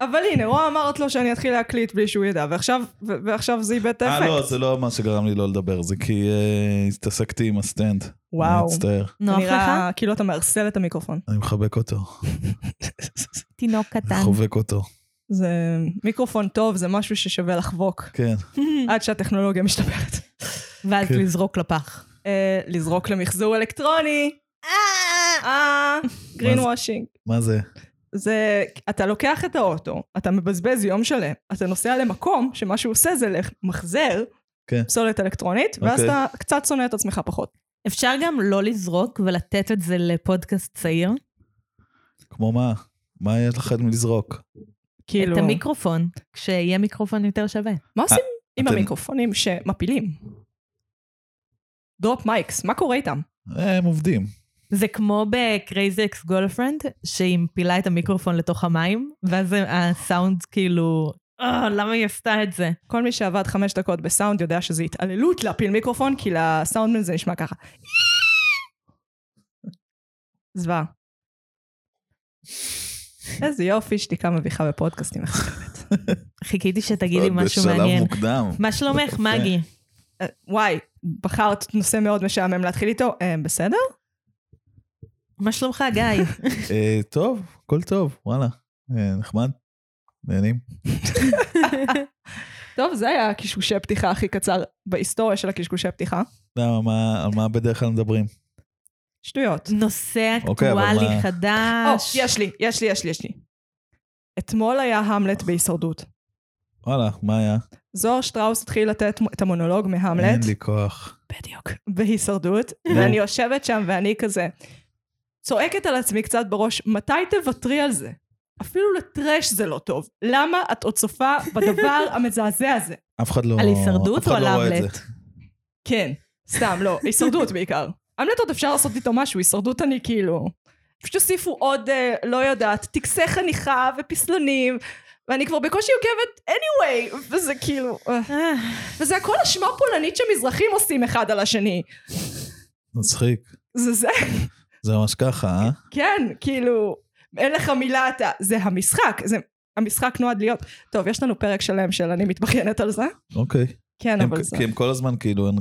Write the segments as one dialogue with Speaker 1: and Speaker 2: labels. Speaker 1: אבל הנה, רואה אמרת לו שאני אתחיל להקליט בלי שהוא ידע, ועכשיו, ו- ועכשיו זה איבד את
Speaker 2: אה, לא,
Speaker 1: האפקט.
Speaker 2: זה לא מה שגרם לי לא לדבר, זה כי אה, התעסקתי עם הסטנד. אני
Speaker 1: וואו.
Speaker 2: מצטער,
Speaker 1: אתה
Speaker 3: נוח לך?
Speaker 1: נראה כאילו אתה מערסל את המיקרופון.
Speaker 2: אני מחבק אותו,
Speaker 3: תינוק קטן.
Speaker 2: חובק אותו.
Speaker 1: זה מיקרופון טוב, זה משהו ששווה לחבוק,
Speaker 2: כן,
Speaker 3: Mm.
Speaker 1: עד שהטכנולוגיה משתפרת.
Speaker 3: ואז
Speaker 2: כן.
Speaker 3: לזרוק לפח.
Speaker 1: אה, לזרוק למחזור אלקטרוני. אה, גרין וושינג.
Speaker 2: מה זה?
Speaker 1: זה, אתה לוקח את האוטו, אתה מבזבז יום שלם, אתה נוסע למקום שמה שהוא עושה זה למחזר
Speaker 2: כן.
Speaker 1: פסולת אלקטרונית, ואז
Speaker 2: אוקיי.
Speaker 1: אתה קצת שונא את עצמך פחות.
Speaker 3: אפשר גם לא לזרוק ולתת את זה לפודקאסט צעיר?
Speaker 2: כמו מה? מה יש לך מלזרוק?
Speaker 1: כאילו,
Speaker 3: את המיקרופון, כשיהיה מיקרופון יותר שווה.
Speaker 1: מה עושים עם
Speaker 2: אתם-
Speaker 1: המיקרופונים שמפילים? דרופ מייקס, מה קורה איתם?
Speaker 2: אה, הם עובדים.
Speaker 3: זה כמו בקרייזי אקס גולפרנד, שהיא מפילה את המיקרופון לתוך המים, ואז הסאונד כאילו, "אה, למה היא עשתה את זה?
Speaker 1: כל מי שעבד חמש דקות בסאונד יודע שזה התעללות להפיל מיקרופון, כי לסאונדמן זה נשמע ככה. זוועה. איזה יופי, שתיקה מביכה בפודקאסטים.
Speaker 3: חיכיתי שתגידי
Speaker 2: עוד
Speaker 3: משהו מעניין.
Speaker 2: בשלב מוקדם.
Speaker 3: מה שלומך, מגי?
Speaker 1: אה, וואי, בחרת נושא מאוד משעמם להתחיל איתו, אה, בסדר?
Speaker 3: מה שלומך, גיא?
Speaker 2: אה, טוב, הכל טוב, וואלה. אה, נחמד. נהנים.
Speaker 1: טוב, זה היה הקשקושי פתיחה הכי קצר בהיסטוריה של הקשקושי פתיחה.
Speaker 2: למה, לא, מה- על מה בדרך כלל מדברים?
Speaker 1: שטויות.
Speaker 3: נושא
Speaker 2: אוקיי, אבל
Speaker 3: אקטואלי
Speaker 2: מה-
Speaker 1: או,
Speaker 3: חדש.
Speaker 1: יש לי, יש לי, יש לי, יש לי. אתמול היה המלט בהישרדות.
Speaker 2: וואלה, מה היה?
Speaker 1: זוהר שטראוס התחיל לתת את המונולוג
Speaker 2: אין
Speaker 1: מהמלט.
Speaker 2: לי כוח.
Speaker 1: בדיוק. בהישרדות, ואני יושבת שם ואני כזה צועקת על עצמי קצת בראש, מתי תוותרי על זה? אפילו לטרש זה לא טוב. למה את עוד צופה בדבר המזעזע הזה?
Speaker 2: אף אחד לא...
Speaker 3: על הישרדות
Speaker 2: אף אחד
Speaker 3: או
Speaker 2: לא
Speaker 3: על
Speaker 2: רואה את
Speaker 3: האמלט?
Speaker 2: זה.
Speaker 1: כן, סתם, לא, הישרדות בעיקר. אמלט עוד אפשר לעשות איתו משהו, הישרדות אני כאילו... פשוט הוסיפו עוד, אה, לא יודעת, טקסי חניכה ופסלונים, ואני כבר בקושי עוקבת anyway, וזה כאילו... אה.
Speaker 3: אה,
Speaker 1: וזה הכל אשמה פולנית שמזרחים עושים אחד על השני.
Speaker 2: מצחיק.
Speaker 1: זה זה,
Speaker 2: זה ממש ככה, אה?
Speaker 1: כן, כאילו, אין לך מילה אתה, זה המשחק, זה... המשחק נועד להיות, טוב, יש לנו פרק שלם של אני מתבכיינת על זה,
Speaker 2: אוקיי.
Speaker 1: כן,
Speaker 2: הם-
Speaker 1: אבל זה,
Speaker 2: כי הם כל הזמן כאילו, אין-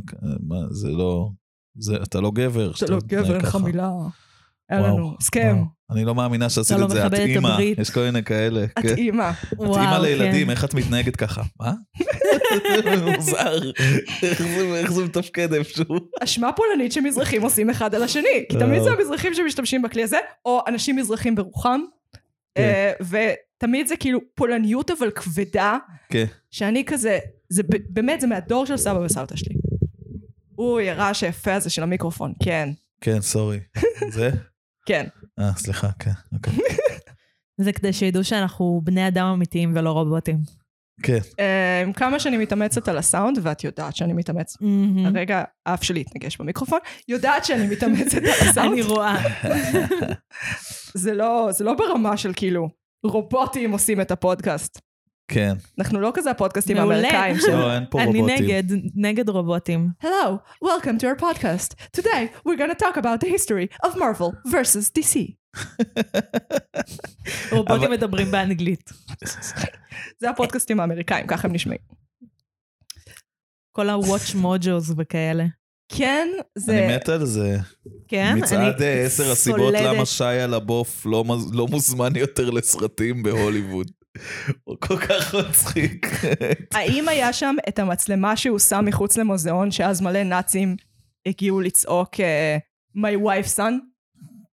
Speaker 2: מה, זה לא... זה- אתה לא גבר.
Speaker 1: אתה לא
Speaker 2: שאתה מתנהג
Speaker 1: גבר, אין לך
Speaker 2: ככה.
Speaker 1: מילה, אין
Speaker 2: וואו,
Speaker 1: לנו, הסכם,
Speaker 2: וואו. אני לא מאמינה שעשית
Speaker 3: אתה לא
Speaker 2: את זה, את
Speaker 3: מכבד את
Speaker 2: אימא.
Speaker 3: הברית.
Speaker 2: יש כל מיני כאלה.
Speaker 1: את
Speaker 2: כן.
Speaker 1: אימא.
Speaker 2: את אימא
Speaker 3: וואו,
Speaker 2: לילדים,
Speaker 3: כן.
Speaker 2: איך את מתנהגת ככה? מה? מוזר. איך זה- איך זה מתפקד איפשהו?
Speaker 1: אשמה פולנית שמזרחים עושים אחד על השני.
Speaker 2: אה.
Speaker 1: כי תמיד זה המזרחים שמשתמשים בכלי הזה, או אנשים מזרחים ברוחם.
Speaker 2: כן.
Speaker 1: אה, ותמיד זה כאילו פולניות אבל כבדה,
Speaker 2: כן.
Speaker 1: שאני כזה, זה ב- באמת, זה מהדור של סבא וסבתא שלי. אוי, הרעש היפה הזה של המיקרופון, כן,
Speaker 2: כן, סורי. זה?
Speaker 1: כן.
Speaker 2: אה, סליחה, כן, אוקיי.
Speaker 3: זה כדי שידעו שאנחנו בני אדם אמיתיים ולא רובוטים.
Speaker 2: כן,
Speaker 1: אה, עם כמה שאני מתאמצת על הסאונד, ואת יודעת שאני מתאמצת.
Speaker 3: Mm.
Speaker 1: הרגע האף שלי התנגש במיקרופון, יודעת שאני מתאמצת על הסאונד.
Speaker 3: אני רואה.
Speaker 1: זה לא, זה לא ברמה של כאילו, רובוטים עושים את הפודקאסט.
Speaker 2: כן.
Speaker 1: אנחנו לא כזה הפודקאסטים
Speaker 3: מעולה.
Speaker 1: האמריקאים של
Speaker 2: לא, אין פה
Speaker 3: אני
Speaker 2: רובוטים.
Speaker 3: נגד, נגד רובוטים.
Speaker 1: Hello, welcome to our podcast. Today we're going to talk about the history of Marvel versus DC.
Speaker 3: רובוטים מדברים באנגלית.
Speaker 1: זה הפודקאסטים האמריקאים, ככה הם נשמעים.
Speaker 3: כל ה-Watch Mojos וכאלה.
Speaker 1: כן, זה...
Speaker 2: אני מת על זה.
Speaker 3: כן?
Speaker 2: מצעד
Speaker 3: אני
Speaker 2: אה, עשר הסיבות
Speaker 3: סולדת.
Speaker 2: למה שי על הבוף לא מז- לא מוזמן יותר לסרטים בהוליווד. הוא כל כך מצחיק.
Speaker 1: האם היה שם את המצלמה שהוא שם מחוץ למוזיאון, שאז מלא נאצים הגיעו לצעוק אה, My wife son?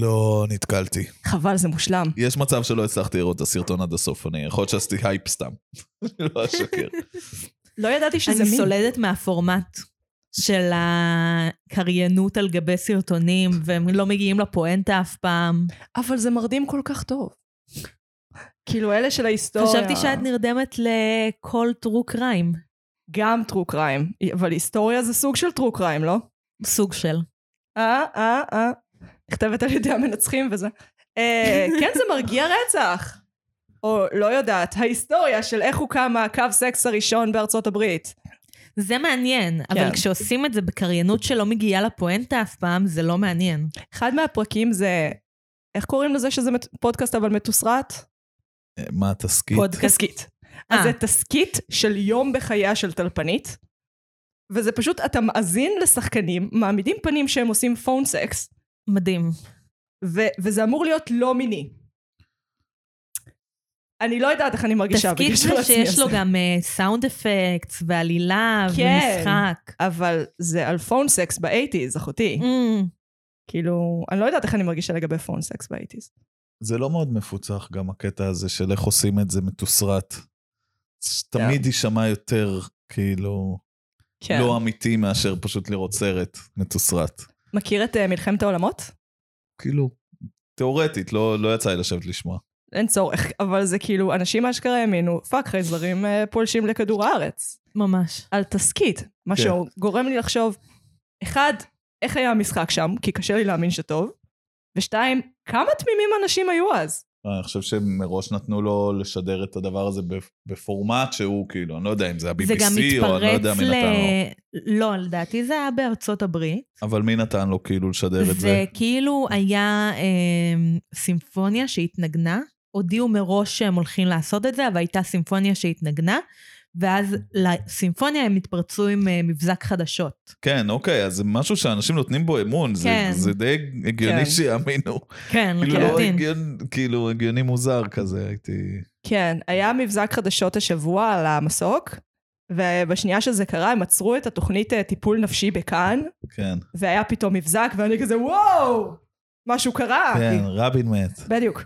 Speaker 2: לא נתקלתי.
Speaker 1: חבל, זה מושלם.
Speaker 2: יש מצב שלא הצלחתי לראות את הסרטון עד הסוף, אני יכול להיות שעשיתי הייפ סתם. אני לא אשקר.
Speaker 1: לא ידעתי שזה
Speaker 3: אני
Speaker 1: מי.
Speaker 3: סולדת מהפורמט של הקריינות על גבי סרטונים, והם לא מגיעים לפואנטה אף פעם.
Speaker 1: אבל זה מרדים כל כך טוב. כאילו, אלה של ההיסטוריה...
Speaker 3: חשבתי שאת נרדמת לכל טרו קריים.
Speaker 1: גם טרו קריים, אבל היסטוריה זה סוג של טרו קריים, לא?
Speaker 3: סוג של.
Speaker 1: אה, אה, אה. נכתבת על ידי המנצחים וזה. אה, כן, זה מרגיע רצח. או לא יודעת, ההיסטוריה של איך הוקם הקו סקס הראשון בארצות הברית.
Speaker 3: זה מעניין,
Speaker 1: כן.
Speaker 3: אבל כשעושים את זה בקריינות שלא מגיעה לפואנטה אף פעם, זה לא מעניין.
Speaker 1: אחד מהפרקים זה, איך קוראים לזה שזה מת- פודקאסט אבל מתוסרט?
Speaker 2: אה, מה התסכית?
Speaker 3: פודקאסט.
Speaker 1: תסכית.
Speaker 3: אה.
Speaker 1: אז זה תסכית של יום בחייה של טלפנית, וזה פשוט, אתה מאזין לשחקנים, מעמידים פנים שהם עושים פון סקס,
Speaker 3: מדהים.
Speaker 1: ו- וזה אמור להיות לא מיני. אני לא יודעת איך אני מרגישה
Speaker 3: תסכים
Speaker 1: בקשר לעצמי
Speaker 3: שיש לו
Speaker 1: הזה.
Speaker 3: גם סאונד אפקט ועלילה
Speaker 1: כן.
Speaker 3: ומשחק.
Speaker 1: אבל זה על פון סקס באייטיז, אחותי.
Speaker 3: Mm.
Speaker 1: כאילו, אני לא יודעת איך אני מרגישה לגבי פון סקס באייטיז.
Speaker 2: זה לא מאוד מפוצח גם הקטע הזה של איך עושים את זה מתוסרט.
Speaker 3: כן.
Speaker 2: תמיד יישמע יותר כאילו
Speaker 1: כן.
Speaker 2: לא אמיתי מאשר פשוט לראות סרט מתוסרט.
Speaker 1: מכיר את אה, מלחמת העולמות?
Speaker 2: כאילו, תיאורטית, לא לא יצא לי לשבת לשמוע.
Speaker 1: אין צורך, אבל זה כאילו, אנשים אשכרה האמינו, פאק, חייזרים אה, פולשים לכדור הארץ.
Speaker 3: ממש.
Speaker 1: על תסכית, מה
Speaker 2: כן.
Speaker 1: שגורם לי לחשוב, אחד, איך היה המשחק שם, כי קשה לי להאמין שטוב, ושתיים, כמה תמימים אנשים היו אז?
Speaker 2: אה, אני חושב שמראש נתנו לו לשדר את הדבר הזה בפ- בפורמט שהוא כאילו, אני לא יודע אם זה
Speaker 3: זה
Speaker 2: ה-BBC או
Speaker 3: גם
Speaker 2: אני לא
Speaker 3: מתפרץ
Speaker 2: יודע מי
Speaker 3: ל...
Speaker 2: נתן לו.
Speaker 3: לא, לדעתי זה היה בארצות הברית.
Speaker 2: אבל מי נתן לו כאילו לשדר את זה?
Speaker 3: וכאילו היה אה, סימפוניה שהתנגנה, הודיעו מראש שהם הולכים לעשות את זה, אבל הייתה סימפוניה שהתנגנה, ואז לסימפוניה הם התפרצו עם אה, מבזק חדשות.
Speaker 2: כן, אוקיי, אז זה משהו שאנשים נותנים בו אמון, זה-
Speaker 3: כן.
Speaker 2: זה די הגיוני
Speaker 1: כן.
Speaker 2: שיאמינו.
Speaker 3: כן,
Speaker 2: כאילו לא
Speaker 3: לחלוטין.
Speaker 2: הגיוני, כאילו הגיוני מוזר כזה, הייתי...
Speaker 1: כן, היה מבזק חדשות השבוע על המסוק, ובשנייה שזה קרה הם עצרו את התוכנית אה, טיפול נפשי בכאן,
Speaker 2: כן,
Speaker 1: והיה פתאום מבזק, ואני כזה, וואו! משהו קרה!
Speaker 2: כן, רבין מת.
Speaker 1: בדיוק.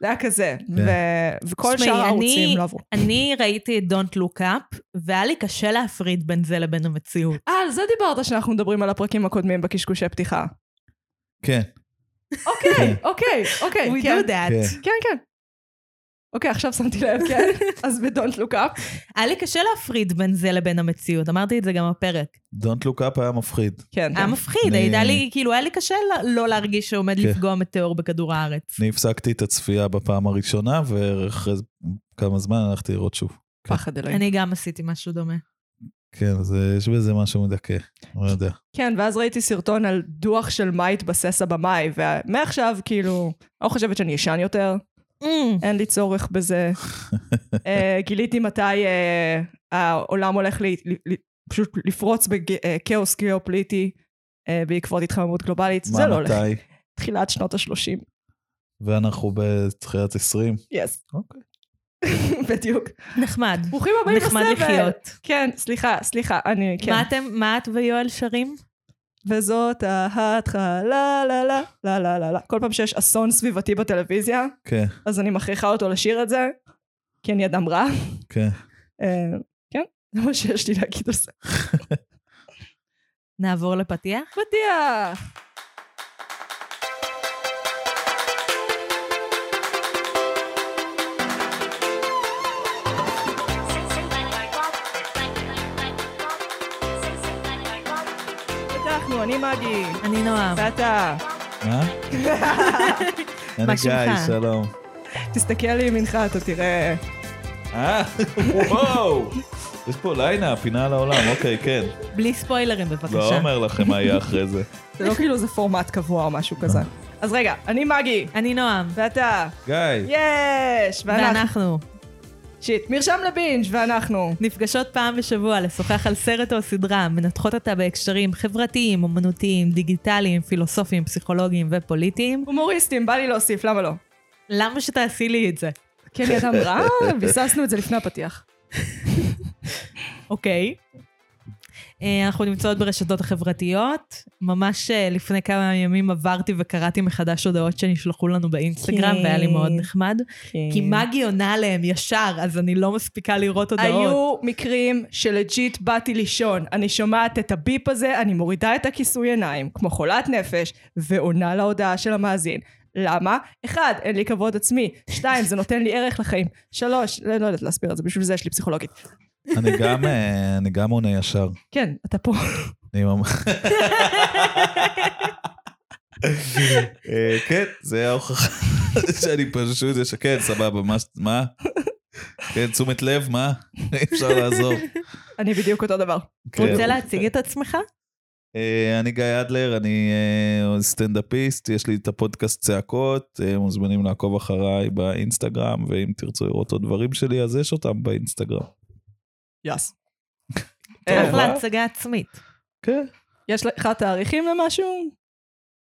Speaker 1: זה היה כזה,
Speaker 2: כן.
Speaker 1: ו- וכל
Speaker 3: תשמעי,
Speaker 1: שאר
Speaker 3: אני-
Speaker 1: הערוצים לא עברו.
Speaker 3: אני ראיתי את Don't Look Up, והיה לי קשה להפריד בין זה לבין המציאות.
Speaker 1: אה, על זה דיברת שאנחנו מדברים על הפרקים הקודמים בקשקושי פתיחה.
Speaker 2: כן,
Speaker 1: אוקיי, אוקיי, אוקיי,
Speaker 3: We
Speaker 1: כן.
Speaker 3: do that.
Speaker 2: כן.
Speaker 1: כן, כן. אוקיי, עכשיו שמתי לב, כן. אז ב-Don't Look Up.
Speaker 3: היה לי קשה להפריד בין זה לבין המציאות, אמרתי את זה גם בפרק.
Speaker 2: Don't look up היה מפחיד.
Speaker 1: כן,
Speaker 3: היה
Speaker 1: כן.
Speaker 3: מפחיד,
Speaker 2: אני-
Speaker 3: הייתה לי, כאילו, היה לי קשה לא- לא להרגיש שעומד
Speaker 2: כן.
Speaker 3: לפגוע מטאור בכדור הארץ.
Speaker 2: אני הפסקתי את הצפייה בפעם הראשונה, ואחרי זה- כמה זמן הלכתי לראות שוב.
Speaker 1: פחד אלוהים.
Speaker 3: אני גם עשיתי משהו דומה.
Speaker 2: כן, אז אה, יש בזה משהו מדכא, לא יודע.
Speaker 1: כן, ואז ראיתי סרטון על דוח של מה התבסס הבמאי, ומעכשיו, כאילו, אני לא חושבת שאני אשן יותר,
Speaker 3: Mm.
Speaker 1: אין לי צורך בזה. אה, גיליתי מתי אה, העולם הולך לי, לי, לי, פשוט לפרוץ בכאוס גיאופוליטי אה, בעקבות התחממות גלובלית. זה לא
Speaker 2: מה,
Speaker 1: הולך.
Speaker 2: מתי?
Speaker 1: תחילת שנות ה-30.
Speaker 2: ואנחנו בתחילת 20.
Speaker 1: יס,
Speaker 2: אוקיי.
Speaker 1: בדיוק.
Speaker 3: נחמד.
Speaker 1: ברוכים הבאים לסבל.
Speaker 3: נחמד לחיות.
Speaker 1: כן, סליחה, סליחה, אני, כן.
Speaker 3: מה אתם, מה את ויואל שרים?
Speaker 1: וזאת ההתחלה, לה לה לה לה לה לה. כל פעם שיש אסון סביבתי בטלוויזיה,
Speaker 2: כן,
Speaker 1: אז אני מכריחה אותו לשיר את זה, כי אני אדם רע.
Speaker 2: כן.
Speaker 1: אה, כן, זה מה שיש לי להגיד על זה.
Speaker 3: נעבור לפתיח?
Speaker 1: פתיח! פתחנו, אני מגי.
Speaker 3: אני נועם.
Speaker 1: ואתה,
Speaker 2: מה?
Speaker 3: מה
Speaker 2: אני גיא,
Speaker 3: שלומך?
Speaker 2: שלום.
Speaker 1: תסתכל לימינך, אתה תראה.
Speaker 2: אה, וואו! יש פה ליינה, פינה על העולם, אוקיי, כן.
Speaker 3: בלי ספוילרים בבקשה.
Speaker 2: לא אומר לכם מה יהיה אחרי זה.
Speaker 1: זה לא כאילו זה פורמט קבוע או משהו כזה. אז רגע, אני מגי.
Speaker 3: אני נועם.
Speaker 1: ואתה,
Speaker 2: גיא,
Speaker 1: יש! ואנחנו,
Speaker 3: ואנחנו
Speaker 1: שיט, מרשם לבינג' ואנחנו.
Speaker 3: נפגשות פעם בשבוע לשוחח על סרט או סדרה, מנתחות אותה בהקשרים חברתיים, אומנותיים, דיגיטליים, פילוסופיים, פסיכולוגיים ופוליטיים.
Speaker 1: הומוריסטים, בא לי להוסיף, למה לא?
Speaker 3: למה שתעשי לי את זה?
Speaker 1: כן, היא אדם רע, ביססנו את זה לפני הפתיח.
Speaker 3: אוקיי. אה, אנחנו נמצאות ברשתות החברתיות. ממש אה, לפני כמה ימים עברתי וקראתי מחדש הודעות שנשלחו לנו באינסטגרם,
Speaker 1: כן.
Speaker 3: והיה לי מאוד נחמד. כי מגי עונה עליהם ישר, אז אני לא מספיקה לראות הודעות.
Speaker 1: היו מקרים שלג'יט באתי לישון, אני שומעת את הביפ הזה, אני מורידה את הכיסוי עיניים, כמו חולת נפש, ועונה להודעה של המאזין. למה? אחד, אין לי כבוד עצמי. שתיים, זה נותן לי ערך לחיים. שלוש, לא לא יודעת להסביר את זה, בשביל זה יש לי פסיכולוגית.
Speaker 2: אני גם, אה, אני גם עונה ישר.
Speaker 1: כן, אתה פה.
Speaker 2: אני ממש... אה, כן, זה ההוכחה שאני פשוט, יש- כן, סבבה, מה? ש- מה? כן, תשומת לב, מה? אי אפשר לעזוב.
Speaker 1: אני בדיוק אותו דבר.
Speaker 2: כן.
Speaker 3: רוצה להציג את עצמך?
Speaker 2: אה, אני גיא אדלר, אני אה, סטנדאפיסט, יש לי את הפודקאסט צעקות, אה, מוזמנים לעקוב אחריי באינסטגרם, ואם תרצו לראות עוד דברים שלי, אז יש אותם באינסטגרם.
Speaker 1: יס.
Speaker 3: אחלה הצגה עצמית.
Speaker 2: כן.
Speaker 1: יש לך תאריכים למשהו?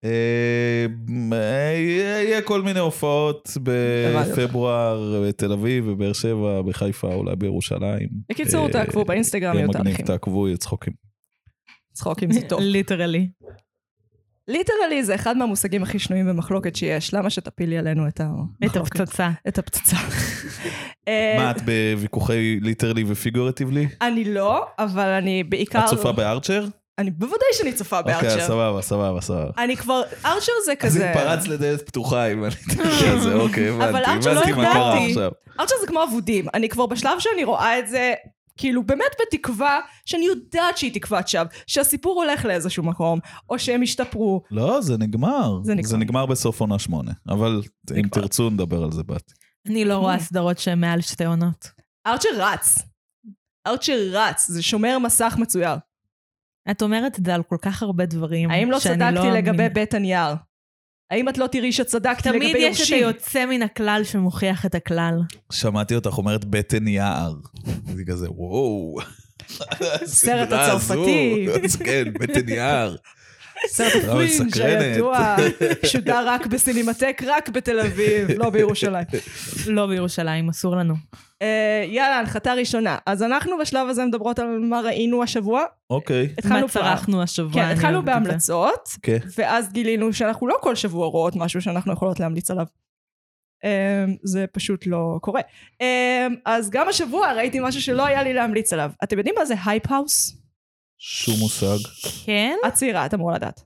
Speaker 2: אה, אה, יהיה כל מיני הופעות בפברואר בתל אביב, בבאר שבע, בחיפה, אולי בירושלים.
Speaker 1: בקיצור,
Speaker 2: אה,
Speaker 1: תעקבו באינסטגרם,
Speaker 2: יהיה
Speaker 1: יהיו
Speaker 2: מגניב,
Speaker 1: תאריכים.
Speaker 2: תעקבו, יהיה צחוקים.
Speaker 1: צחוקים זה טוב. אוקיי.
Speaker 3: ליטרלי.
Speaker 1: ליטרלי זה אחד מהמושגים הכי שנויים במחלוקת שיש. למה שתפילי עלינו את
Speaker 3: את
Speaker 1: המחלוקת?
Speaker 3: הפצצה.
Speaker 1: את הפצצה. אה,
Speaker 2: מה, את בוויכוחי ליטרלי ופיגורטיבלי?
Speaker 1: אני לא, אבל אני בעיקר...
Speaker 2: את צופה בארצ'ר?
Speaker 1: אני בוודאי שאני צופה
Speaker 2: אוקיי,
Speaker 1: בארצ'ר.
Speaker 2: סבבה, סבבה, סבבה.
Speaker 1: אני כבר... ארצ'ר זה
Speaker 2: אז
Speaker 1: כזה...
Speaker 2: היא פרץ לדלת פתוחה, אם אני תקרא לזה, אוקיי,
Speaker 1: אבל
Speaker 2: הבנתי,
Speaker 1: ארצ'ר לא
Speaker 2: הבנתי מה קרה
Speaker 1: ידעתי.
Speaker 2: עכשיו.
Speaker 1: ארצ'ר זה כמו אבודים. אני כבר בשלב שאני רואה את זה, כאילו באמת בתקווה, שאני יודעת שהיא תקוות שווא, שהסיפור הולך לאיזשהו מקום, או שהם השתפרו.
Speaker 2: לא, זה נגמר.
Speaker 1: זה נגמר.
Speaker 2: זה נגמר בסוף עונה שמונה. אבל אם
Speaker 1: נגמר.
Speaker 2: תרצו, נדבר על זה בעתיד.
Speaker 3: אני לא
Speaker 1: אה.
Speaker 3: רואה סדרות שהן מעל שתי עונות.
Speaker 1: ארצ'ר רץ. ארצ'ר רץ, זה שומר מסך מצויר.
Speaker 3: את אומרת את זה על כל כך הרבה דברים,
Speaker 1: האם לא
Speaker 3: שאני
Speaker 1: צדקתי לגבי
Speaker 3: מאמינה.
Speaker 1: בית הנייר? האם את לא תראי שצדקתי לגבי
Speaker 3: תמיד יש את
Speaker 1: יורשים?
Speaker 3: היוצא מן הכלל שמוכיח את הכלל.
Speaker 2: שמעתי אותך אומרת בטן יער. זה כזה, וואו. הסדרה
Speaker 1: הצרפתי.
Speaker 2: הזו. אז כן, בטן יער.
Speaker 1: סרט
Speaker 2: אבל
Speaker 1: הפרינג'
Speaker 2: סקרנת.
Speaker 1: הידוע, שודר רק בסינמטק, רק בתל אביב, לא בירושלים.
Speaker 3: לא בירושלים, אסור לנו.
Speaker 1: אה, יאללה, הנחתה ראשונה. אז אנחנו בשלב הזה מדברות על מה ראינו השבוע.
Speaker 2: אוקיי.
Speaker 1: התחלנו
Speaker 3: מה
Speaker 1: פעם.
Speaker 3: צרכנו השבוע?
Speaker 1: כן,
Speaker 3: אני
Speaker 1: התחלנו
Speaker 3: אוהבת את זה.
Speaker 1: בהמלצות,
Speaker 2: כן.
Speaker 1: ואז גילינו שאנחנו לא כל שבוע רואות משהו שאנחנו יכולות להמליץ עליו. אמ, זה פשוט לא קורה. אמ, אז גם השבוע ראיתי משהו שלא היה לי להמליץ עליו. אתם יודעים מה זה הייפ האוס?
Speaker 2: שום מושג.
Speaker 3: כן?
Speaker 1: את צעירה, את אמורה לדעת.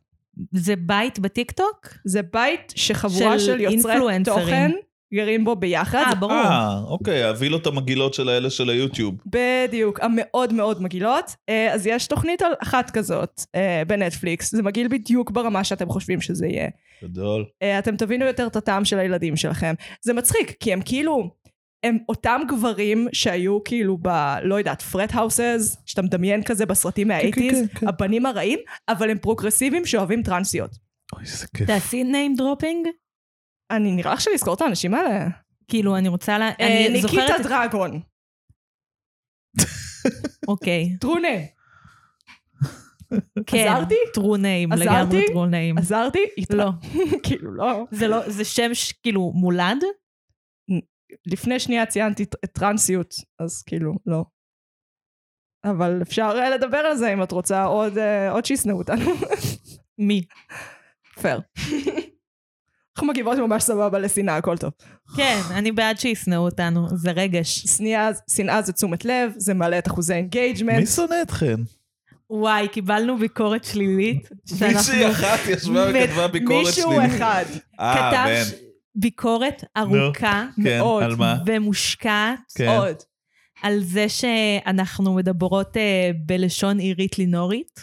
Speaker 3: זה בית בטיקטוק?
Speaker 1: זה בית שחבורה
Speaker 3: של
Speaker 1: של יוצרי
Speaker 3: אינפלואנסרים.
Speaker 1: תוכן גרים בו ביחד.
Speaker 3: אה, ברור.
Speaker 2: אה, אוקיי, הווילות המגעילות של האלה של היוטיוב.
Speaker 1: בדיוק, המאוד מאוד מגעילות. אה, אז יש תוכנית על אחת כזאת אה, בנטפליקס, זה מגעיל בדיוק ברמה שאתם חושבים שזה יהיה.
Speaker 2: גדול.
Speaker 1: אה, אתם תבינו יותר את הטעם של הילדים שלכם. זה מצחיק, כי הם כאילו, הם אותם גברים שהיו כאילו ב... לא יודעת, פרט האוסס, שאתה מדמיין כזה בסרטים מהאייטיז,
Speaker 2: כן, כן.
Speaker 1: הבנים הרעים, אבל הם פרוגרסיביים שאוהבים טרנסיות.
Speaker 2: אוי, איזה כיף.
Speaker 3: תעשי name dropping?
Speaker 1: אני נראה לך שלזכור את האנשים האלה.
Speaker 3: כאילו, אני רוצה ל...
Speaker 1: אה,
Speaker 3: אני זוכרת...
Speaker 1: ניקיטה דרגון,
Speaker 3: אוקיי.
Speaker 1: טרונה,
Speaker 3: כן.
Speaker 1: עזרתי?
Speaker 3: טרו name,
Speaker 1: עזרתי?
Speaker 3: לגמרי טרו name.
Speaker 1: עזרתי?
Speaker 3: לא.
Speaker 1: כאילו, לא.
Speaker 3: זה לא, זה שם ש- כאילו מולד?
Speaker 1: לפני שנייה ציינתי ט- טרנסיות, אז כאילו, לא. אבל אפשר אה, לדבר על זה אם את רוצה עוד, אה, עוד שישנאו אותנו.
Speaker 3: מי?
Speaker 1: פייר. אנחנו מגיבות ממש סבבה לשנאה, הכל טוב.
Speaker 3: כן, אני בעד שישנאו אותנו, זה רגש.
Speaker 1: שנאה, שנאה זה תשומת לב, זה מעלה את אחוזי אינגייג'מנט.
Speaker 2: מי שונא אתכן?
Speaker 3: וואי, קיבלנו ביקורת שלילית.
Speaker 2: מישהי אחת ישבה וכתבה ביקורת
Speaker 1: מישהו
Speaker 2: שלילית.
Speaker 1: אחד.
Speaker 2: אה,
Speaker 3: כתב
Speaker 2: בן.
Speaker 3: ש- ביקורת ארוכה
Speaker 2: כן,
Speaker 1: מאוד.
Speaker 2: על מה?
Speaker 3: ומושקעת
Speaker 2: כן.
Speaker 1: עוד.
Speaker 3: על זה שאנחנו מדברות אה, בלשון עירית לינורית,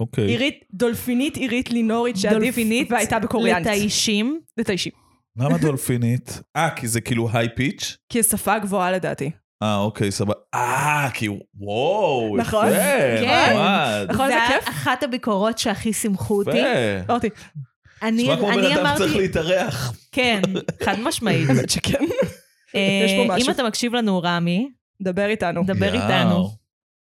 Speaker 2: אוקיי.
Speaker 1: עירית, דולפינית עירית לינורית שעדיף,
Speaker 3: דולפינית,
Speaker 1: והייתה בקוריאנית.
Speaker 3: לתאישים.
Speaker 1: לתאישי.
Speaker 2: למה דולפינית? אה, כי זה כאילו היי פיץ'?
Speaker 1: כי שפה גבוהה לדעתי.
Speaker 2: אה, אוקיי, סבבה. אה, כי וואו,
Speaker 1: נכון?
Speaker 2: יפה,
Speaker 3: כן.
Speaker 2: נחמד.
Speaker 1: נכון, זה כיף.
Speaker 3: זה אחת הביקורות שהכי שמחו אותי.
Speaker 2: יפה.
Speaker 1: לא אותי.
Speaker 3: אני
Speaker 2: נשמע כמו
Speaker 3: אני
Speaker 2: בן אדם שצריך
Speaker 3: אמרתי,
Speaker 2: להתארח.
Speaker 3: כן, חד משמעית.
Speaker 1: האמת שכן. יש פה
Speaker 3: אה,
Speaker 1: משהו.
Speaker 3: אם אתה מקשיב לנו, רמי,
Speaker 1: דבר איתנו.
Speaker 3: דבר
Speaker 2: יאו.
Speaker 3: איתנו. אה,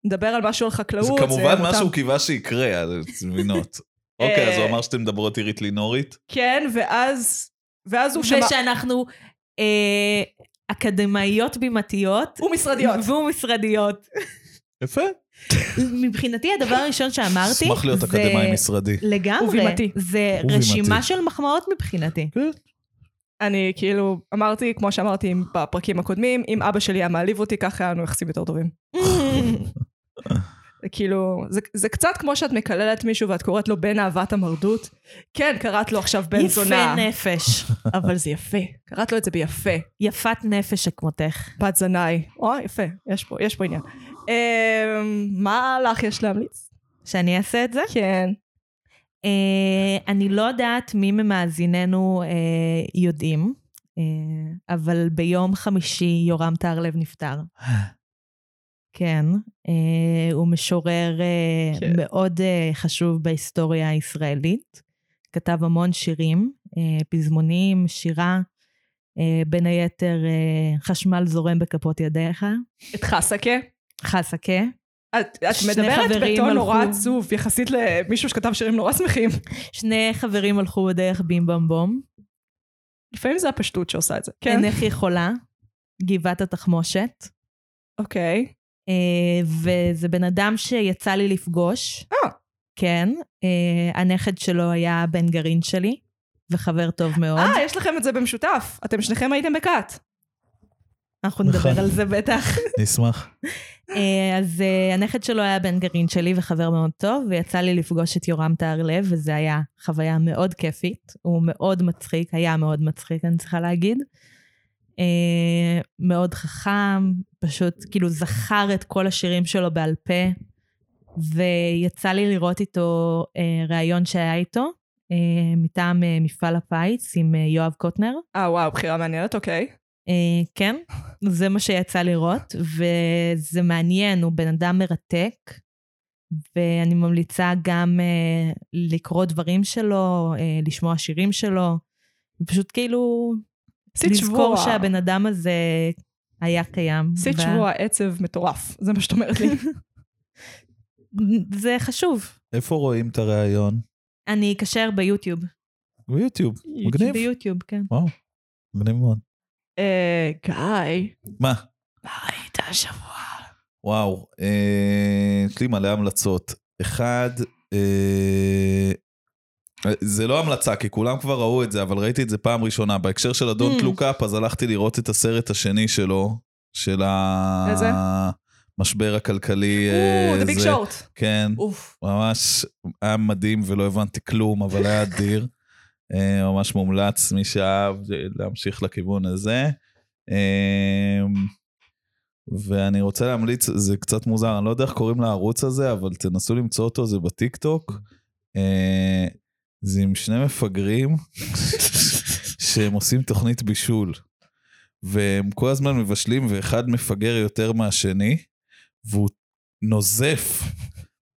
Speaker 1: נדבר על משהו על חקלאות.
Speaker 2: זה כמובן
Speaker 1: מותר.
Speaker 2: מה שהוא קיווה שיקרה, על זמינות. אוקיי, אז הוא
Speaker 1: אה.
Speaker 2: אמר שאתם מדברות עירית לינורית?
Speaker 1: כן, ואז... ואז הוא שמע...
Speaker 3: ושאנחנו אה, אקדמאיות בימתיות.
Speaker 1: ומשרדיות.
Speaker 3: ומשרדיות.
Speaker 2: יפה.
Speaker 3: מבחינתי הדבר הראשון שאמרתי,
Speaker 2: אשמח להיות
Speaker 3: זה-
Speaker 2: אקדמאי משרדי.
Speaker 3: לגמרי,
Speaker 1: ובימתי.
Speaker 3: זה
Speaker 2: ובימתי.
Speaker 3: רשימה של מחמאות מבחינתי.
Speaker 1: אני כאילו אמרתי, כמו שאמרתי בפרקים הקודמים, אם אבא שלי היה מעליב אותי, ככה היה לנו יחסים יותר טובים. זה כאילו, זה, זה קצת כמו שאת מקללת מישהו ואת קוראת לו בן אהבת המרדות. כן, קראת לו עכשיו בן זונה,
Speaker 3: יפה נפש.
Speaker 1: אבל זה יפה. קראת לו את זה ביפה.
Speaker 3: יפת נפש שכמותך.
Speaker 1: בת זנאי. או, יפה, יש פה, יש פה עניין. אמ, מה לך יש להמליץ?
Speaker 3: שאני אעשה את זה?
Speaker 1: כן.
Speaker 3: אה, אני לא יודעת מי ממאזיננו אה, יודעים, אה, אבל ביום חמישי יורם טהרלב נפטר. כן, אה, הוא משורר אה,
Speaker 1: כן.
Speaker 3: מאוד אה, חשוב בהיסטוריה הישראלית. כתב המון שירים, אה, פזמונים, שירה, אה, בין היתר אה, חשמל זורם בכפות ידיך,
Speaker 1: את חסקה?
Speaker 3: חסקה.
Speaker 1: את, את
Speaker 3: שני
Speaker 1: מדברת
Speaker 3: חברים
Speaker 1: בטון נורא
Speaker 3: הלכו.
Speaker 1: עצוב יחסית למישהו שכתב שירים נורא שמחים.
Speaker 3: שני חברים הלכו בדרך בים במבום.
Speaker 1: לפעמים זה הפשטות שעושה את זה. כן.
Speaker 3: כן. אינך יכולה, גבעת התחמושת.
Speaker 1: אוקיי.
Speaker 3: אה, וזה בן אדם שיצא לי לפגוש.
Speaker 1: אה.
Speaker 3: כן. אה, הנכד שלו היה בן גרעין שלי, וחבר טוב מאוד.
Speaker 1: אה, יש לכם את זה במשותף. אתם שניכם הייתם בכת.
Speaker 3: אנחנו נדבר
Speaker 2: נכון.
Speaker 3: על זה בטח.
Speaker 2: נשמח.
Speaker 3: אה, אז אה, הנכד שלו היה בן גרעין שלי וחבר מאוד טוב, ויצא לי לפגוש את יורם טהרלב, וזו הייתה חוויה מאוד כיפית. הוא מאוד מצחיק, היה מאוד מצחיק, אני צריכה להגיד. אה, מאוד חכם, פשוט כאילו זכר את כל השירים שלו בעל פה, ויצא לי לראות איתו אה, ראיון שהיה איתו, אה, מטעם אה, מפעל הפיס עם אה, יואב קוטנר.
Speaker 1: אה, וואו, בחירה מעניינת, אוקיי.
Speaker 3: אה, כן, זה מה שיצא לראות, וזה מעניין, הוא בן אדם מרתק, ואני ממליצה גם אה, לקרוא דברים שלו, אה, לשמוע שירים שלו, ופשוט כאילו
Speaker 1: עשית
Speaker 3: לזכור
Speaker 1: שבוע.
Speaker 3: שהבן אדם הזה היה קיים.
Speaker 1: עשית
Speaker 3: ו-
Speaker 1: שבוע עצב מטורף. זה מה שאת אומרת לי.
Speaker 3: זה חשוב.
Speaker 2: איפה רואים את הריאיון?
Speaker 3: אני אקשר ביוטיוב.
Speaker 2: ביוטיוב. מגניב.
Speaker 3: ביוטיוב, כן.
Speaker 2: וואו, מגניב מאוד.
Speaker 1: אה, גיא,
Speaker 2: מה?
Speaker 1: מה ראית השבוע?
Speaker 2: וואו, אה, יש לי מלא המלצות. אחד, אה, זה לא המלצה, כי כולם כבר ראו את זה, אבל ראיתי את זה פעם ראשונה. בהקשר של הדון
Speaker 3: Mm.
Speaker 2: טלוקאפ, אז הלכתי לראות את הסרט השני שלו, של
Speaker 1: איזה?
Speaker 2: המשבר הכלכלי.
Speaker 1: או,
Speaker 2: אה,
Speaker 1: The Big
Speaker 2: זה.
Speaker 1: Short.
Speaker 2: כן,
Speaker 1: אוף.
Speaker 2: ממש היה מדהים ולא הבנתי כלום, אבל היה אדיר. אה, ממש מומלץ, מי שאהב, זה- להמשיך לכיוון הזה. אה, ואני רוצה להמליץ, זה קצת מוזר, אני לא יודע איך קוראים לערוץ הזה, אבל תנסו למצוא אותו, זה בטיקטוק. אה, זה עם שני מפגרים שהם עושים תוכנית בישול. והם כל הזמן מבשלים, ואחד מפגר יותר מהשני, והוא נוזף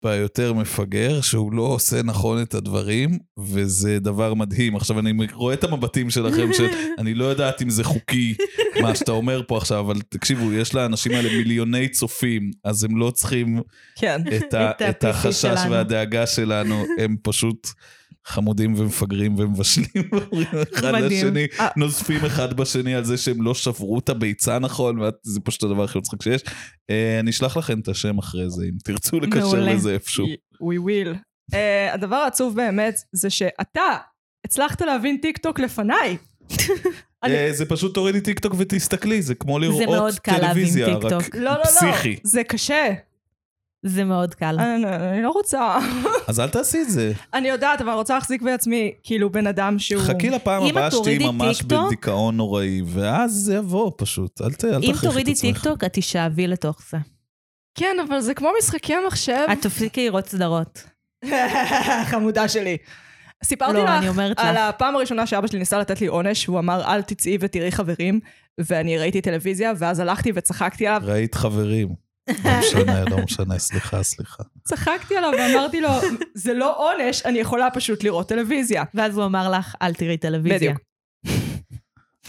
Speaker 2: ביותר מפגר, שהוא לא עושה נכון את הדברים, וזה דבר מדהים. עכשיו, אני רואה את המבטים שלכם, שאני לא יודעת אם זה חוקי, מה שאתה אומר פה עכשיו, אבל תקשיבו, יש לאנשים האלה מיליוני צופים, אז הם לא צריכים
Speaker 1: כן.
Speaker 2: את, ה-
Speaker 3: את ה-
Speaker 2: את החשש
Speaker 3: שלנו.
Speaker 2: והדאגה שלנו, הם פשוט חמודים ומפגרים ומבשלים ואומרים אחד
Speaker 3: מדהים.
Speaker 2: לשני,
Speaker 1: אה.
Speaker 2: נוזפים אחד בשני על זה שהם לא שברו את הביצה נכון, ואת- זה פשוט הדבר הכי מצחיק שיש. אה, אני אשלח לכם את השם אחרי זה, אם תרצו לקשר
Speaker 3: מעולה.
Speaker 2: לזה איפשהו.
Speaker 1: We will. אה, הדבר העצוב באמת זה שאתה הצלחת להבין טיק טוק לפניי. אני-
Speaker 2: אה, זה פשוט תורידי טיקטוק ותסתכלי, זה כמו
Speaker 3: מאוד
Speaker 2: לראות
Speaker 3: קל להבין
Speaker 2: טלוויזיה, רק
Speaker 3: טיקטוק.
Speaker 1: לא, לא, לא.
Speaker 2: פסיכי.
Speaker 1: זה קשה. אה,
Speaker 3: זה מאוד קל.
Speaker 1: אני אני לא רוצה.
Speaker 2: אז אל תעשי את זה,
Speaker 1: אני יודעת, אבל אני רוצה להחזיק בעצמי, כאילו, בן אדם שהוא...
Speaker 2: חכי לפעם
Speaker 3: אם
Speaker 2: הבאה
Speaker 3: את
Speaker 2: שתהיי
Speaker 3: תורידי
Speaker 2: ממש
Speaker 3: טיקטוק-
Speaker 2: בדיכאון נוראי, ואז זה יבוא פשוט, אל ת- אל
Speaker 3: אם
Speaker 2: תכריחי את
Speaker 3: תורידי
Speaker 2: עצמך.
Speaker 3: טיקטוק, את תישאבי לתוך זה.
Speaker 1: כן, אבל זה כמו משחקי המחשב.
Speaker 3: את תפסיקי לראות סדרות.
Speaker 1: חמודה שלי. סיפרתי
Speaker 3: לא, אני
Speaker 1: לך
Speaker 3: אומרת
Speaker 1: על
Speaker 3: לך.
Speaker 1: הפעם הראשונה שאבא שלי ניסה לתת לי עונש, הוא אמר, אל תצאי ותראי חברים, ואני ראיתי טלוויזיה, ואז הלכתי וצחקתי עליו,
Speaker 2: ראית חברים. לא משנה, לא משנה, סליחה, סליחה.
Speaker 1: צחקתי עליו ואמרתי לו, זה לא עונש, אני יכולה פשוט לראות טלוויזיה.
Speaker 3: ואז הוא אמר לך, אל תראי טלוויזיה.
Speaker 1: בדיוק.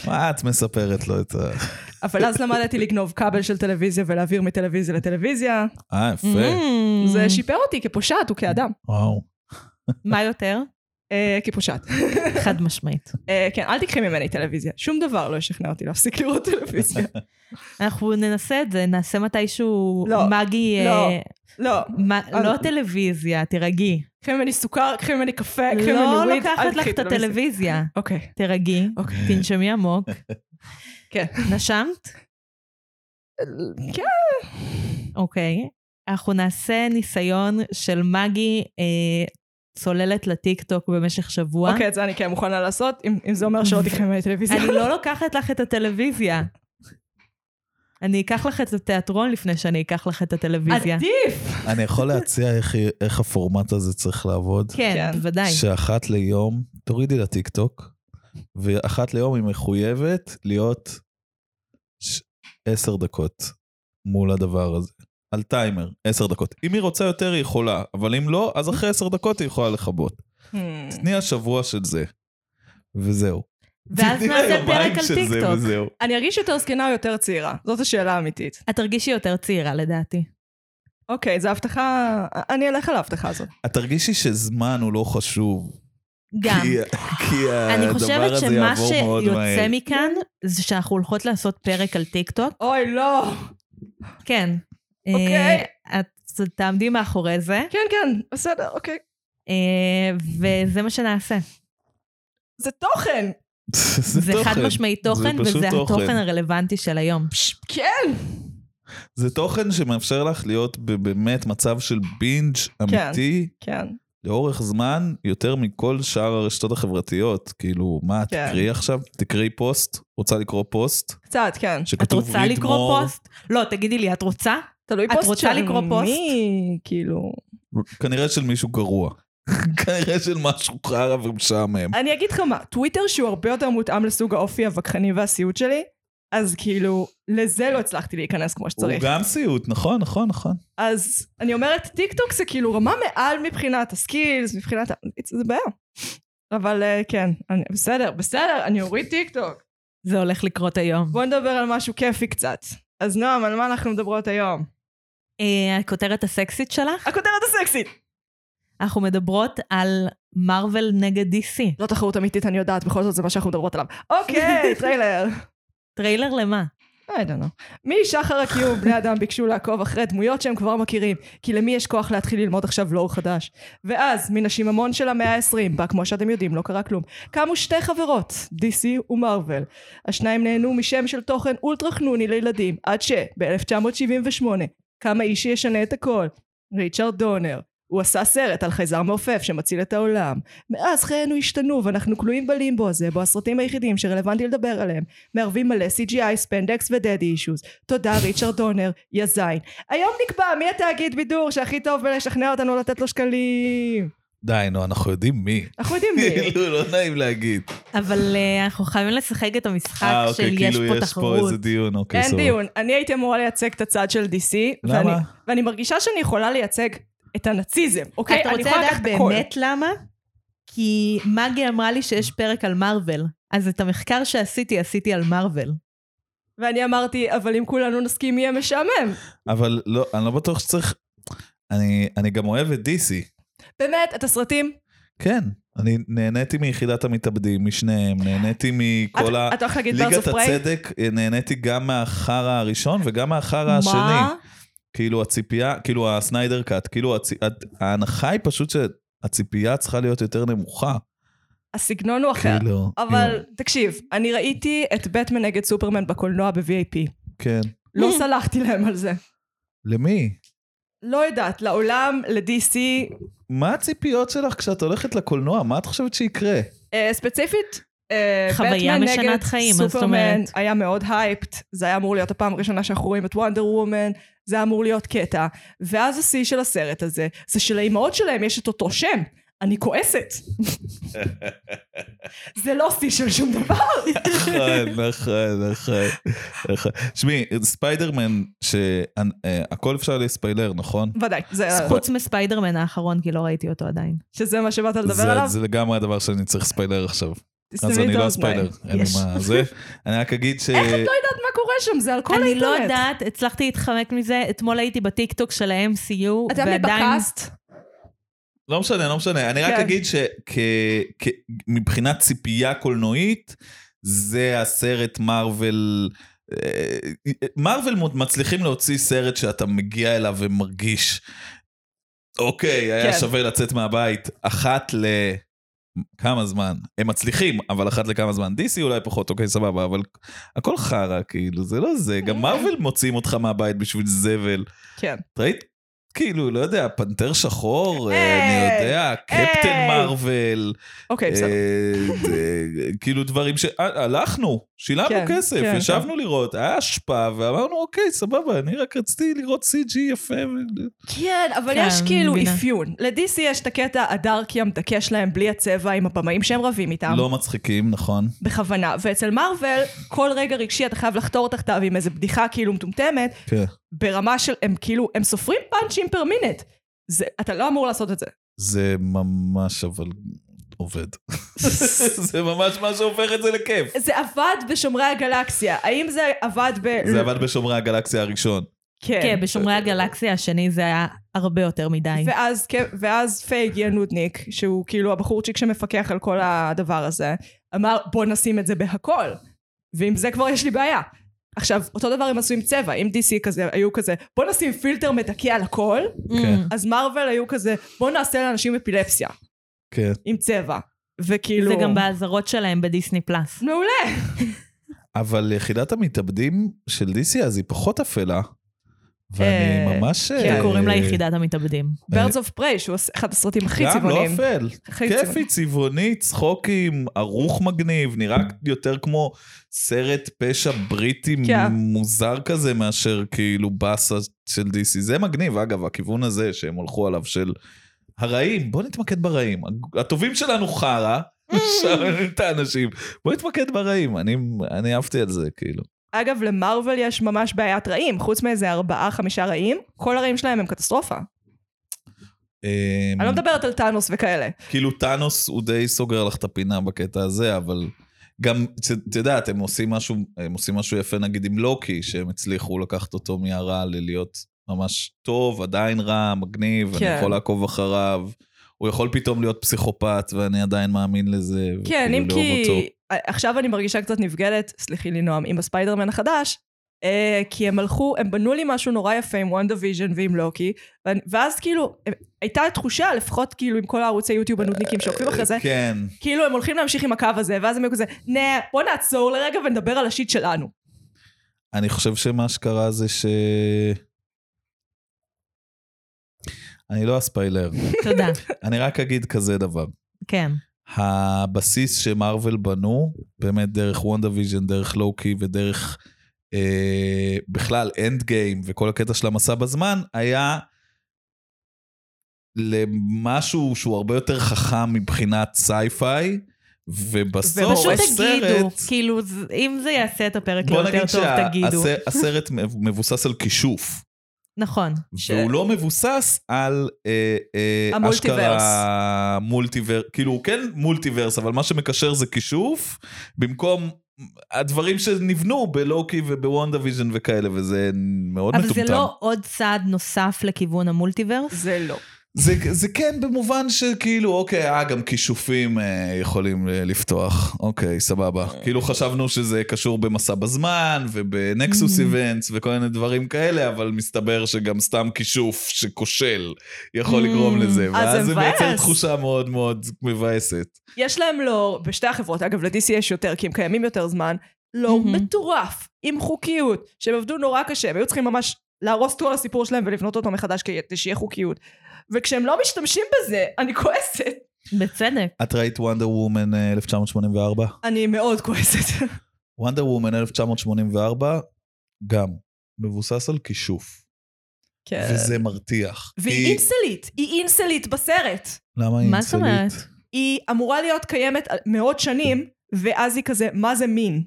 Speaker 2: מה את מספרת לו את ה...
Speaker 1: אבל אז למדתי לגנוב כבל של טלוויזיה ולהעביר מטלוויזיה לטלוויזיה.
Speaker 2: אה, יפה,
Speaker 3: Mm.
Speaker 1: זה שיפר אותי כפושעת וכאדם.
Speaker 2: וואו.
Speaker 3: מה יותר?
Speaker 1: אה, כפושעת.
Speaker 3: חד משמעית.
Speaker 1: אה, כן, אל תיקחי ממני טלוויזיה. שום דבר לא ישכנע אותי להפסיק לראות טלוויזיה.
Speaker 3: אנחנו ננסה את זה, נעשה מתישהו
Speaker 1: לא,
Speaker 3: מגי...
Speaker 1: לא.
Speaker 3: אה,
Speaker 1: לא,
Speaker 3: מה-
Speaker 1: אל-
Speaker 3: לא טלוויזיה, תירגעי.
Speaker 1: קחי ממני סוכר, קחי ממני קפה, קחי ממני
Speaker 3: לא
Speaker 1: וויד, אה, אל
Speaker 3: לקחת לך
Speaker 1: תקחי
Speaker 3: את הטלוויזיה.
Speaker 1: אוקיי,
Speaker 3: תירגעי,
Speaker 1: אוקיי.
Speaker 3: תנשמי עמוק.
Speaker 1: כן.
Speaker 3: נשמת?
Speaker 1: כן.
Speaker 3: אוקיי. אנחנו נעשה ניסיון של מגי אה, צוללת לטיקטוק במשך שבוע.
Speaker 1: אוקיי, את זה אני כן מוכנה לעשות, אם אם זה אומר שלא תקחי ממני טלוויזיה.
Speaker 3: אני לא לוקחת לך את הטלוויזיה. אני אקח לך את התיאטרון לפני שאני אקח לך את הטלוויזיה.
Speaker 1: עדיף!
Speaker 2: אני יכול להציע איך- איך הפורמט הזה צריך לעבוד?
Speaker 3: כן,
Speaker 1: כן.
Speaker 3: בוודאי.
Speaker 2: שאחת ליום, תורידי לטיקטוק, ואחת ליום היא מחויבת להיות ש- עשר דקות מול הדבר הזה. על טיימר, עשר דקות. אם היא רוצה יותר, היא יכולה, אבל אם לא, אז אחרי עשר דקות היא יכולה לכבות.
Speaker 1: Hmm.
Speaker 2: תני השבוע של זה, וזהו.
Speaker 3: ואז
Speaker 2: תני
Speaker 3: נעשה
Speaker 2: היומיים
Speaker 3: פרק על
Speaker 2: של זה,
Speaker 3: טיקטוק.
Speaker 2: וזהו.
Speaker 1: אני ארגיש יותר זקנה או יותר צעירה? זאת השאלה האמיתית.
Speaker 3: את תרגישי יותר צעירה לדעתי.
Speaker 1: אוקיי, זו הבטחה... אני אלך על ההבטחה הזאת.
Speaker 2: את תרגישי שזמן הוא לא חשוב.
Speaker 3: גם.
Speaker 2: כי, כי
Speaker 3: אני
Speaker 2: הדבר
Speaker 3: חושבת
Speaker 2: הזה
Speaker 3: שמה
Speaker 2: יעבור מאוד
Speaker 3: שיוצא
Speaker 2: מהר.
Speaker 3: מכאן, זה שאנחנו הולכות לעשות פרק על טיקטוק.
Speaker 1: אוי, לא.
Speaker 3: כן.
Speaker 1: אוקיי.
Speaker 3: אה, את תעמדי מאחורי זה,
Speaker 1: כן, כן, בסדר, אוקיי.
Speaker 3: אה, וזה מה שנעשה.
Speaker 1: זה תוכן.
Speaker 3: זה
Speaker 2: תוכן.
Speaker 3: חד משמעית תוכן,
Speaker 2: פשוט
Speaker 3: וזה
Speaker 2: תוכן.
Speaker 3: התוכן הרלוונטי של היום.
Speaker 1: כן.
Speaker 2: זה תוכן שמאפשר לך להיות ב- באמת מצב של בינג' אמיתי
Speaker 1: כן.
Speaker 2: לאורך זמן יותר מכל שאר הרשתות החברתיות. כאילו, מה,
Speaker 1: כן.
Speaker 2: תקראי עכשיו? תקראי פוסט? רוצה לקרוא פוסט?
Speaker 1: קצת, כן.
Speaker 3: את
Speaker 2: שכתוב
Speaker 3: רוצה
Speaker 2: read
Speaker 3: לקרוא
Speaker 2: more.
Speaker 3: פוסט? לא, תגידי לי, את רוצה?
Speaker 1: תלוי
Speaker 3: את
Speaker 1: פוסט
Speaker 3: רוצה לקרוא פוסט?
Speaker 1: מי, כאילו...
Speaker 2: כנראה של מישהו גרוע. כנראה של משהו חרא ומשעמם.
Speaker 1: אני אגיד לך מה, טוויטר שהוא הרבה יותר מותאם לסוג האופי הווכחני והסיוט שלי, אז כאילו, לזה לא הצלחתי להיכנס כמו
Speaker 2: הוא
Speaker 1: שצריך.
Speaker 2: גם סיוט, נכון, נכון, נכון.
Speaker 1: אז אני אומרת, טיקטוק זה כאילו רמה מעל מבחינת הסקילס, מבחינת... ה- זה בעיה. אבל אה, כן, אני, בסדר, בסדר, אני אוריד טיקטוק.
Speaker 3: זה הולך לקרות היום.
Speaker 1: בואו נדבר על משהו כיפי קצת. אז נועם, על מה אנחנו מדברות היום?
Speaker 3: אה, הכותרת הסקסית שלך,
Speaker 1: הכותרת הסקסית!
Speaker 3: אנחנו מדברות על מארוול נגד DC.
Speaker 1: לא תחרות אמיתית, אני יודעת, בכל זאת זה מה שאנחנו מדברות עליו. אוקיי, טריילר.
Speaker 3: טריילר למה?
Speaker 1: I don't know. משחר הקיום בני אדם ביקשו לעקוב אחרי דמויות שהם כבר מכירים, כי למי יש כוח להתחיל ללמוד עכשיו לור חדש? ואז, מן השיממון של המאה העשרים, בה כמו שאתם יודעים לא קרה כלום, קמו שתי חברות, DC ומרוויל. השניים נהנו משם של תוכן אולטרה חנוני לילדים, עד שב-1978 קם האיש שישנה את הכל, ריצ'רד דונר. הוא עשה סרט על חייזר מעופף שמציל את העולם. מאז חיינו השתנו ואנחנו כלואים בלימבו הזה, בו הסרטים היחידים שרלוונטי לדבר עליהם. מערבים מלא CGI, ספנדקס ודדי אישוז. תודה ריצ'רד דונר, יא זין. היום נקבע מי התאגיד בידור שהכי טוב בלשכנע אותנו לתת לו שקלים.
Speaker 2: די, נו, אנחנו יודעים מי.
Speaker 1: אנחנו יודעים מי.
Speaker 2: כאילו, לא נעים להגיד.
Speaker 3: אבל אה, אנחנו חייבים לשחק את המשחק
Speaker 2: אה,
Speaker 3: של
Speaker 2: אוקיי,
Speaker 3: יש
Speaker 2: כאילו
Speaker 3: פה
Speaker 2: יש פה
Speaker 3: תחרות.
Speaker 2: איזה דיון, אוקיי,
Speaker 1: אין
Speaker 2: סבבה.
Speaker 1: דיון. אני הייתי אמורה לייצג את הצד של DC.
Speaker 2: למה?
Speaker 1: ואני- ואני מרגישה שאני יכולה לייצג את הנאציזם, אוקיי?
Speaker 3: אתה
Speaker 1: אני
Speaker 3: רוצה
Speaker 1: יכולה
Speaker 3: לדעת
Speaker 1: לקחת הכל.
Speaker 3: באמת למה? כי מגי אמרה לי שיש פרק על מארוול, אז את המחקר שעשיתי, עשיתי על מארוול.
Speaker 1: ואני אמרתי, אבל אם כולנו נסכים יהיה משעמם.
Speaker 2: אבל לא, אני לא בטוח שצריך... אני, אני גם אוהב את DC.
Speaker 1: באמת, את הסרטים?
Speaker 2: כן, אני נהניתי מיחידת המתאבדים, משניהם, נהניתי מכל ה...
Speaker 1: את- את הולכת להגיד ברס
Speaker 2: ליגת
Speaker 1: אוף פריי?
Speaker 2: הצדק, אה, נהניתי גם מהחרא הראשון וגם מהחרא
Speaker 3: מה?
Speaker 2: השני. כאילו הציפייה, כאילו הסניידר קאט, כאילו הצ... הת- ההנחה היא פשוט שהציפייה צריכה להיות יותר נמוכה.
Speaker 1: הסגנון הוא אחר.
Speaker 2: כאילו,
Speaker 1: אוקיי. אבל תקשיב, אני ראיתי את בטמן נגד סופרמן בקולנוע ב-VAP.
Speaker 2: כן.
Speaker 1: לא סלחתי להם על זה.
Speaker 2: למי?
Speaker 1: לא יודעת, לעולם, ל-DC,
Speaker 2: מה הציפיות שלך כשאת הולכת לקולנוע? מה את חושבת שיקרה?
Speaker 1: אה, ספציפית, אה,
Speaker 3: חוויה
Speaker 1: בטמן
Speaker 3: משנת
Speaker 1: נגד
Speaker 3: חיים, מה זאת
Speaker 1: סופרמן
Speaker 3: אומרת?
Speaker 1: היה מאוד הייפט, זה היה אמור להיות הפעם הראשונה שאנחנו רואים את וונדר וומן, זה היה אמור להיות קטע. ואז השיא של הסרט הזה, זה שלאימהות שלהם יש את אותו שם. אני כועסת. זה לא שיא של שום דבר.
Speaker 2: נכון, נכון, נכון, נכון. שמעי, ספיידרמן, שהכל אפשר לספיילר, נכון?
Speaker 1: ודאי, זה-
Speaker 3: חוץ מספיידרמן האחרון, כי לא ראיתי אותו עדיין.
Speaker 1: שזה מה שבאת לדבר
Speaker 2: זה-
Speaker 1: עליו.
Speaker 2: זה לגמרי הדבר שאני צריך ספיילר עכשיו.
Speaker 1: תסתמי
Speaker 2: אז
Speaker 1: את
Speaker 2: אני לא
Speaker 1: האוזניים.
Speaker 2: ספיילר, אין לי
Speaker 3: יש.
Speaker 2: מה זה. אני רק אגיד ש...
Speaker 1: איך את לא יודעת מה קורה שם? זה על כל
Speaker 3: אני
Speaker 1: האינטרנט.
Speaker 3: לא יודעת, הצלחתי להתחמק מזה, אתמול הייתי בטיקטוק של ה-MCU,
Speaker 1: אתה
Speaker 3: ועדיין...
Speaker 1: מבקאסט?
Speaker 2: לא משנה, לא משנה. אני רק
Speaker 1: כן.
Speaker 2: אגיד שמבחינת ציפייה קולנועית, זה הסרט מארוול... אה, מארוול מות- מצליחים להוציא סרט שאתה מגיע אליו ומרגיש, אוקיי, היה
Speaker 1: כן.
Speaker 2: שווה לצאת מהבית אחת ל... כמה זמן? הם מצליחים, אבל אחת לכמה זמן. DC אולי פחות, אוקיי, סבבה, אבל הכל חרא, כאילו, זה לא זה. גם מארוול מוציאים אותך מהבית בשביל זבל.
Speaker 1: כן.
Speaker 2: את ראית? כאילו, לא יודע, פנתר שחור,
Speaker 1: היי,
Speaker 2: אה, אני יודע, קפטן
Speaker 1: היי.
Speaker 2: מרוויל,
Speaker 1: אוקיי, אה. בסדר.
Speaker 2: אה, אה, כאילו דברים ש... אה, הלכנו, שילמנו
Speaker 1: כן,
Speaker 2: כסף,
Speaker 1: כן,
Speaker 2: ישבנו לראות, היה השפעה, ואמרנו, אוקיי, סבבה, אני רק רציתי לראות CG יפה. ו-
Speaker 1: כן, אבל
Speaker 3: כן,
Speaker 1: יש כאילו
Speaker 3: מבינה.
Speaker 1: אפיון. ל-DC יש את הקטע הדארקי המדכא שלהם בלי הצבע עם הבמאים שהם רבים איתם.
Speaker 2: לא מצחיקים, נכון.
Speaker 1: בכוונה. ואצל מארוול, כל רגע רגשי אתה חייב לחתור תחתיו עם איזה בדיחה כאילו מטומטמת,
Speaker 2: כן.
Speaker 1: ברמה של, הם כאילו, הם סופרים פאנצ'ים פר מינט. זה, אתה לא אמור לעשות את זה.
Speaker 2: זה ממש אבל עובד. זה ממש מה שהופך את זה לכיף.
Speaker 1: זה עבד בשומרי הגלקסיה. האם זה עבד ב...
Speaker 2: זה עבד בשומרי הגלקסיה הראשון.
Speaker 3: כן, בשומרי הגלקסיה השני זה היה הרבה יותר מדי.
Speaker 1: ואז, כן, ואז פיי הגיע נודניק, שהוא כאילו הבחורצ'יק שמפקח על כל הדבר הזה, אמר בוא נשים את זה בהכל, ועם זה כבר יש לי בעיה. עכשיו, אותו דבר הם עשו עם צבע, אם DC כזה, היו כזה, בוא נשים פילטר מדכא על הכל,
Speaker 2: כן.
Speaker 3: Mm.
Speaker 1: אז מרוויל היו כזה, בוא נעשה לאנשים אפילפסיה,
Speaker 2: כן.
Speaker 1: עם צבע. וכאילו...
Speaker 3: זה גם באזהרות שלהם בדיסני פלאס.
Speaker 1: מעולה.
Speaker 2: אבל יחידת המתאבדים של DC אז היא פחות אפלה, ואני
Speaker 1: אה,
Speaker 2: ממש...
Speaker 1: כן.
Speaker 2: אה,
Speaker 3: קוראים לה יחידת המתאבדים.
Speaker 1: Birds of Prey, שהוא אחד הסרטים הכי
Speaker 2: גם לא
Speaker 1: צבעוניים.
Speaker 2: אפל.
Speaker 1: הכי צבעוניים.
Speaker 2: כיפי, צבעוני, צחוקים, ערוך מגניב, נראה יותר כמו סרט פשע בריטי
Speaker 1: כן.
Speaker 2: מוזר כזה מאשר כאילו באסה של DC. זה מגניב, אגב, הכיוון הזה שהם הלכו עליו של הרעים, בוא נתמקד ברעים. הטובים שלנו חרא,
Speaker 1: Mm.
Speaker 2: שם את האנשים, בוא נתמקד ברעים, אני, אני אהבתי על זה, כאילו.
Speaker 1: אגב, למרוויל יש ממש בעיית רעים, חוץ מאיזה ארבעה, חמישה רעים, כל הרעים שלהם הם קטסטרופה.
Speaker 2: אמ,
Speaker 1: אני לא מדברת על טאנוס וכאלה.
Speaker 2: כאילו טאנוס הוא די סוגר לך את הפינה בקטע הזה, אבל גם, ת- אתה יודע, אתם עושים משהו, הם עושים משהו יפה נגיד עם לוקי, שהם הצליחו לקחת אותו מהרע ללהיות ממש טוב, עדיין רע, מגניב,
Speaker 1: כן.
Speaker 2: אני יכול לעקוב אחריו. הוא יכול פתאום להיות פסיכופת, ואני עדיין מאמין לזה.
Speaker 1: כן,
Speaker 2: וכאילו
Speaker 1: אם
Speaker 2: כאילו, לאהוב
Speaker 1: כי...
Speaker 2: אותו.
Speaker 1: עכשיו אני מרגישה קצת נבגדת, סלחי לי נועם, עם הספיידרמן החדש, אה, כי הם הלכו, הם בנו לי משהו נורא יפה עם וונדה ויז'ן ועם לוקי, ואני- ואז כאילו, אה, הייתה תחושה, לפחות כאילו עם כל הערוצי יוטיוב הנודניקים שעוקבים אחרי זה,
Speaker 2: אה, כן,
Speaker 1: כאילו הם הולכים להמשיך עם הקו הזה, ואז הם היו כזה, נה, בוא נעצור לרגע ונדבר על השיט שלנו.
Speaker 2: אני חושב שמה שקרה זה ש... אני לא אספיילר,
Speaker 3: תודה.
Speaker 2: אני רק אגיד כזה דבר.
Speaker 3: כן.
Speaker 2: הבסיס שמרוויל בנו, באמת דרך וונדה ויז'ן, דרך לוקי ודרך אה, בכלל אנד גיים וכל הקטע של המסע בזמן, היה למשהו שהוא הרבה יותר חכם מבחינת סייפיי, ובסוף
Speaker 1: ופשוט
Speaker 3: פשוט
Speaker 2: הסרט...
Speaker 3: תגידו, כאילו, ז- אם זה יעשה את הפרק
Speaker 2: בוא
Speaker 3: ליותר
Speaker 2: נגיד
Speaker 3: טוב, תגידו.
Speaker 2: שהסרט מבוסס על כישוף.
Speaker 3: נכון.
Speaker 1: ש-
Speaker 2: והוא לא מבוסס על אה, אה,
Speaker 1: המולטיברס.
Speaker 2: אשכרה מולטיברס, כאילו הוא כן מולטיברס, אבל מה שמקשר זה כישוף, במקום הדברים שנבנו בלוקי ובוונדה ויז'ן וכאלה, וזה מאוד
Speaker 3: אבל
Speaker 2: מטומטם.
Speaker 3: זה לא עוד צעד נוסף לכיוון המולטיברס?
Speaker 1: זה לא.
Speaker 2: זה, זה כן במובן שכאילו, אוקיי, אה, גם כישופים אה, יכולים אה, לפתוח. אוקיי, סבבה. כאילו חשבנו שזה קשור במסע בזמן ובנקסוס
Speaker 3: Mm.
Speaker 2: איבנטס וכל מיני דברים כאלה, אבל מסתבר שגם סתם כישוף שכושל יכול לגרום
Speaker 3: Mm.
Speaker 2: לזה.
Speaker 1: אז
Speaker 2: ואז
Speaker 1: זה
Speaker 2: זה מייצר
Speaker 1: מבאס.
Speaker 2: תחושה מאוד מאוד מבאסת.
Speaker 1: יש להם לור, בשתי החברות, אגב, ל-DC יש יותר, כי הם קיימים יותר זמן, לור
Speaker 3: מהמם.
Speaker 1: מטורף, עם חוקיות, שהם עבדו נורא קשה, הם היו צריכים ממש להרוס את כל הסיפור שלהם ולבנות אותו מחדש כדי שיהיה חוקיות. וכשהם לא משתמשים בזה, אני כועסת.
Speaker 3: בצדק.
Speaker 2: את ראית אה, וונדר וומן 1984?
Speaker 1: אני מאוד כועסת.
Speaker 2: וונדר וומן 1984, גם, מבוסס על כישוף.
Speaker 1: כן.
Speaker 2: וזה מרתיח.
Speaker 1: והיא
Speaker 2: היא-
Speaker 1: אינסלית, היא אינסלית בסרט.
Speaker 2: למה היא
Speaker 3: מה זאת
Speaker 2: אינסלית?
Speaker 3: אומרת?
Speaker 1: היא אמורה להיות קיימת על- מאות שנים, ואז היא כזה, מה זה מין?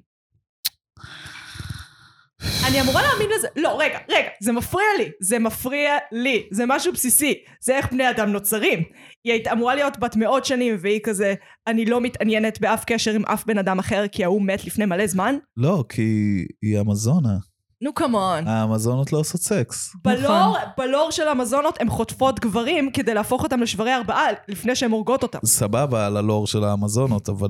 Speaker 1: אני אמורה להאמין לזה, לא, רגע, רגע, זה מפריע לי, זה מפריע לי, זה משהו בסיסי, זה איך בני אדם נוצרים. היא הייתה אמורה להיות בת מאות שנים, והיא כזה, אני לא מתעניינת באף קשר עם אף בן אדם אחר, כי ההוא מת לפני מלא זמן.
Speaker 2: לא, כי היא אמזונה.
Speaker 1: נו, כמון.
Speaker 2: האמזונות לא עושות סקס.
Speaker 1: בלור,
Speaker 3: נכון.
Speaker 1: בלור של המזונות הן חוטפות גברים כדי להפוך אותם לשברי ארבעה לפני שהן הורגות אותם.
Speaker 2: סבבה על הלור של האמזונות, אבל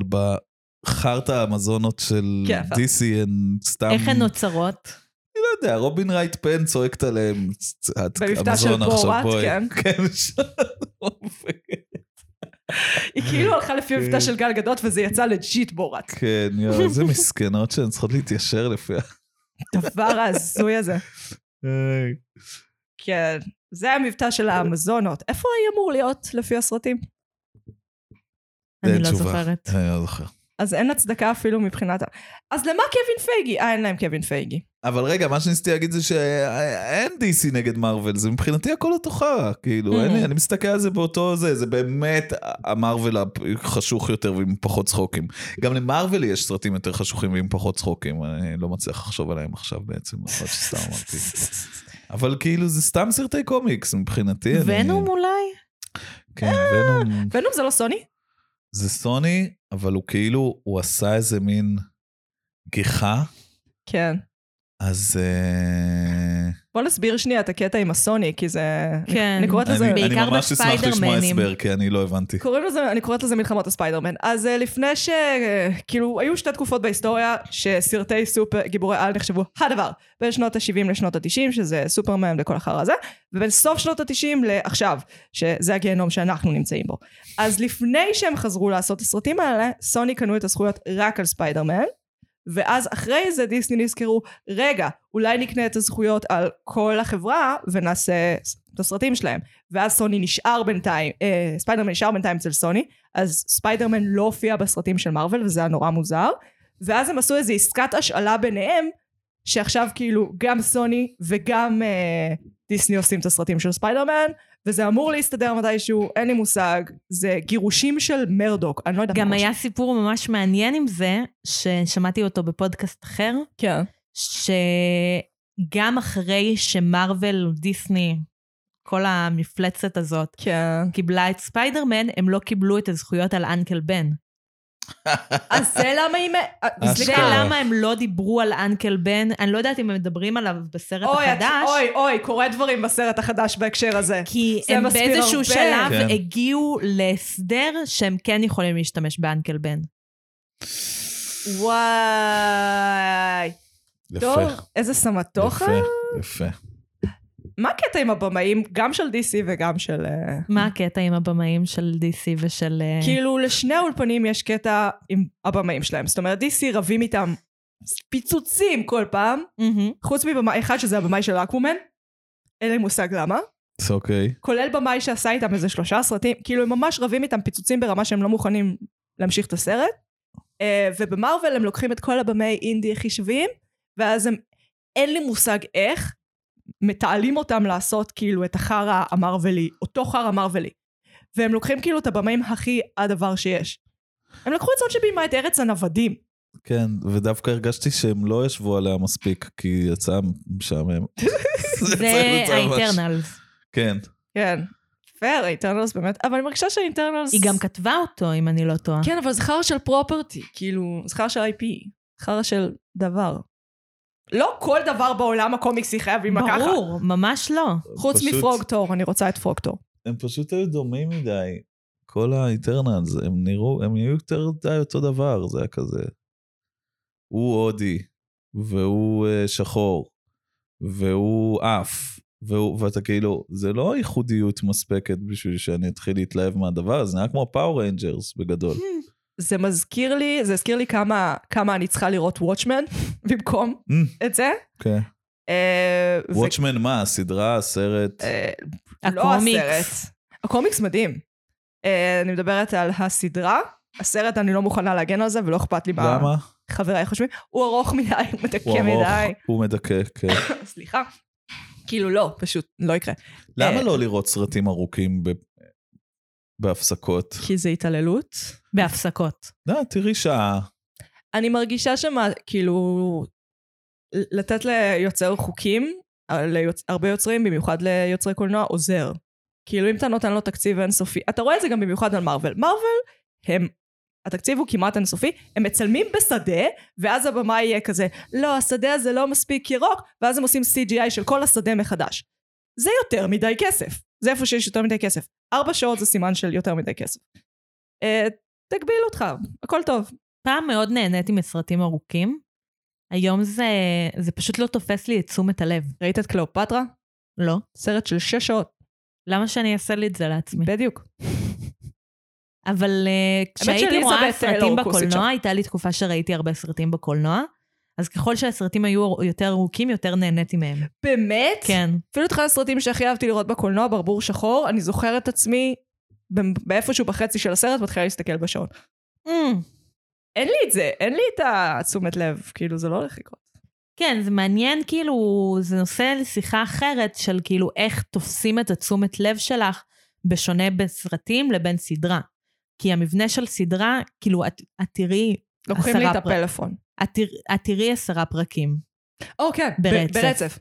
Speaker 2: בחרטא האמזונות של
Speaker 1: כן,
Speaker 2: DC הן סתם...
Speaker 3: נכון. איך הן נוצרות?
Speaker 2: אני לא יודע, רובין רייט פן צועקת עליהם. את
Speaker 1: במבטא של
Speaker 2: אמזונה
Speaker 1: בורת,
Speaker 2: עכשיו, בואי."
Speaker 1: כן.
Speaker 2: כן, שם.
Speaker 1: היא כאילו הלכה לפי מבטא של גל גדות וזה יצא לג'יט בורת.
Speaker 2: כן, יואו, איזה מסכנות שהן צריכות להתיישר לפי ה...
Speaker 1: הדבר ההזוי הזה.
Speaker 2: היי.
Speaker 1: כן. זה המבטא של האמזונות. איפה היא אמור להיות לפי הסרטים?
Speaker 3: אני
Speaker 2: אין
Speaker 3: לא
Speaker 2: תשובה.
Speaker 3: זוכרת.
Speaker 2: אני לא זוכר.
Speaker 1: אז אין הצדקה אפילו מבחינת ה... אז למה קווין פייגי? אה, אין להם קווין פייגי.
Speaker 2: אבל רגע, מה שניסיתי להגיד זה שאין DC נגד מארוול, זה מבחינתי הכל אותו חרא, כאילו, אין לי,
Speaker 3: Mhm.
Speaker 2: אני מסתכל על זה באותו זה, זה באמת המארוול החשוך יותר ועם פחות צחוקים. גם למארוול יש סרטים יותר חשוכים ועם פחות צחוקים, אני לא מצליח לחשוב עליהם עכשיו בעצם, אחת שסתם אמרתי. אבל כאילו זה סתם סרטי קומיקס מבחינתי. אני-
Speaker 3: ונום אולי?
Speaker 2: כן, ונום.
Speaker 1: ונום זה לא סוני?
Speaker 2: זה סוני, אבל הוא כאילו, הוא עשה איזה מין גיחה,
Speaker 1: כן.
Speaker 2: אז... אה,
Speaker 1: בוא נסביר שנייה את הקטע עם הסוני, כי זה...
Speaker 3: כן.
Speaker 1: אני קוראת לזה...
Speaker 2: אני, אני
Speaker 3: בעיקר
Speaker 2: ממש אשמח לשמוע
Speaker 3: בספיידרמנים.
Speaker 2: הסבר, כי אני לא הבנתי.
Speaker 1: קוראים לזה, אני קוראת לזה מלחמות הספיידרמן. אז אה, לפני ש... אה, כאילו, היו שתי תקופות בהיסטוריה שסרטי סופר, גיבורי על נחשבו הדבר. בין שנות ה-70 לשנות ה-90, שזה סופרמן וכל החרא הזה, ובין סוף שנות ה-90 לעכשיו, שזה הגיהנום שאנחנו נמצאים בו. אז לפני שהם חזרו לעשות את הסרטים האלה, סוני קנו את הזכויות רק על ספיידרמן, ואז אחרי זה דיסני נזכרו, רגע, אולי נקנה את הזכויות על כל החברה ונעשה את הסרטים שלהם. ואז סוני נשאר בינתיים, אה, ספיידרמן נשאר בינתיים אצל סוני, אז ספיידרמן לא הופיע בסרטים של מארוול וזה היה נורא מוזר, ואז הם עשו איזו עסקת השאלה ביניהם, שעכשיו כאילו גם סוני וגם אה, דיסני עושים את הסרטים של ספיידרמן, וזה אמור להסתדר מתישהו, אין לי מושג, זה גירושים של מרדוק, אני לא יודעת
Speaker 3: גם
Speaker 1: מה
Speaker 3: היה סיפור ממש מעניין עם זה, ששמעתי אותו בפודקאסט אחר,
Speaker 1: כן.
Speaker 3: שגם אחרי שמרוויל, דיסני, כל המפלצת הזאת,
Speaker 1: כן.
Speaker 3: קיבלה את ספיידרמן, הם לא קיבלו את הזכויות על אנקל בן.
Speaker 1: אז זה למה היא... מ- אה,
Speaker 2: אשכרה.
Speaker 3: זה למה הם לא דיברו על אנקל בן, אני לא יודעת אם הם מדברים עליו בסרט
Speaker 1: אוי, את-
Speaker 3: החדש,
Speaker 1: אוי, אוי, קורה דברים בסרט החדש בהקשר הזה.
Speaker 3: כי
Speaker 1: זה
Speaker 3: הם
Speaker 1: מסביר
Speaker 3: באיזשהו
Speaker 1: הרבה.
Speaker 3: שלב
Speaker 2: כן.
Speaker 3: הגיעו להסדר שהם כן יכולים להשתמש באנקל בן.
Speaker 1: וואי.
Speaker 2: יפה.
Speaker 1: טוב, איזה סמטוחה.
Speaker 2: יפה, יפה.
Speaker 1: מה הקטע עם הבמאים, גם של DC וגם של... אה,
Speaker 3: מה הקטע עם הבמאים של DC ושל... אה,
Speaker 1: כאילו, לשני האולפנים יש קטע עם הבמאים שלהם. זאת אומרת, DC רבים איתם פיצוצים כל פעם,
Speaker 3: מהמם.
Speaker 1: חוץ מבמאי אחד, שזה הבמאי של אקוומן. אין לי מושג למה.
Speaker 2: זה אוקיי.
Speaker 1: כולל במאי שעשה איתם איזה שלושה סרטים, כאילו הם ממש רבים איתם פיצוצים ברמה שהם לא מוכנים להמשיך את הסרט. אה, ובמרוויל הם לוקחים את כל הבמאי אינדי הכי שווים, ואז הם, אין לי מושג איך, מתעלים אותם לעשות כאילו את החרא המרווילי, אותו חרא מרווילי. והם לוקחים כאילו את הבמאים הכי הדבר שיש. הם לקחו את זאת שבימה את ארץ הנוודים.
Speaker 2: כן, ודווקא הרגשתי שהם לא ישבו עליה מספיק, כי יצא משעמם.
Speaker 3: זה
Speaker 2: יצא ממש-
Speaker 3: האינטרנלס.
Speaker 2: כן.
Speaker 1: כן. פייר, אינטרנלס באמת, אבל אני מרגישה שהאינטרנלס...
Speaker 3: היא גם כתבה אותו, אם אני לא טועה.
Speaker 1: כן, אבל זה חרא של פרופרטי, כאילו, זה חרא של IP, חרא של דבר. לא כל דבר בעולם הקומיקסי חייב להימקע ככה.
Speaker 3: ברור, ממש לא.
Speaker 1: חוץ
Speaker 2: פשוט-
Speaker 1: מפרוגטור, אני רוצה את פרוגטור.
Speaker 2: הם פשוט היו דומים מדי. כל האיטרנלס, הם נראו, הם היו יותר די אותו דבר, זה היה כזה. הוא הודי, והוא אה, שחור, והוא עף, והוא, ואתה כאילו, זה לא ייחודיות מספקת בשביל שאני אתחיל להתלהב מהדבר הזה, זה היה כמו הפאור ריינג'רס בגדול.
Speaker 1: זה מזכיר לי, זה הזכיר לי כמה, כמה אני צריכה לראות וואטשמן במקום את זה.
Speaker 2: כן.
Speaker 1: אה, ו-
Speaker 2: וואטשמן מה, הסדרה, הסרט?
Speaker 1: אה, לא
Speaker 3: הקומיקס.
Speaker 1: הסרט. הקומיקס מדהים. אה, אני מדברת על הסדרה. הסרט, אני לא מוכנה להגן על זה, ולא אכפת לי מה
Speaker 2: למה?
Speaker 1: חבריי חושבים. הוא ארוך מדי, הוא מדכא
Speaker 2: הוא ארוך,
Speaker 1: מדי.
Speaker 2: הוא מדכא, כן.
Speaker 1: סליחה. כאילו לא, פשוט לא יקרה.
Speaker 2: למה
Speaker 1: אה.
Speaker 2: לא לראות סרטים ארוכים ב- בהפסקות?
Speaker 1: כי זה התעללות.
Speaker 3: בהפסקות.
Speaker 2: לא, תראי שעה.
Speaker 1: אני מרגישה שמה, כאילו, לתת ליוצר חוקים, אה, ליוצ... הרבה יוצרים, במיוחד ליוצרי קולנוע, עוזר. כאילו, אם אתה נותן לו תקציב אינסופי, אתה רואה את זה גם במיוחד על מארוול. מארוול, הם, התקציב הוא כמעט אינסופי, הם מצלמים בשדה, ואז הבמה יהיה כזה, לא, השדה הזה לא מספיק ירוק, ואז הם עושים CGI של כל השדה מחדש. זה יותר מדי כסף. זה איפה שיש יותר מדי כסף. ארבע שעות זה סימן של יותר מדי כסף. אה, תגביל אותך, הכל טוב.
Speaker 3: פעם מאוד נהניתי מסרטים ארוכים. היום זה, זה פשוט לא תופס לי את תשומת הלב.
Speaker 1: ראית את קליאופטרה?
Speaker 3: לא.
Speaker 1: סרט של שש שעות.
Speaker 3: למה שאני אעשה לי את זה לעצמי?
Speaker 1: בדיוק.
Speaker 3: אבל uh, כשהייתי
Speaker 1: שאליזבת
Speaker 3: רואה
Speaker 1: טיילור
Speaker 3: סרטים
Speaker 1: קוסית שם.
Speaker 3: בקולנוע, הייתה לי תקופה שראיתי הרבה סרטים בקולנוע, אז ככל שהסרטים היו יותר ארוכים, יותר נהניתי מהם.
Speaker 1: באמת?
Speaker 3: כן.
Speaker 1: אפילו את אחד הסרטים שהכי אהבתי לראות בקולנוע, ברבור שחור, אני זוכרת את עצמי ב- באיפשהו בחצי של הסרט, מתחילה להסתכל בשעון.
Speaker 3: Mm.
Speaker 1: אין לי את זה, אין לי את התשומת לב, כאילו זה לא הולך לקרות.
Speaker 3: כן, זה מעניין, כאילו, זה נושא לשיחה אחרת של כאילו איך תופסים את התשומת לב שלך בשונה בין סרטים לבין סדרה. כי המבנה של סדרה, כאילו, את, את תראי...
Speaker 1: לוקחים לי את
Speaker 3: עשרה פרק-
Speaker 1: הפלאפון.
Speaker 3: את תר- את תראי עשרה פרקים.
Speaker 1: או כן, ב-
Speaker 3: ברצף.
Speaker 1: ברצף.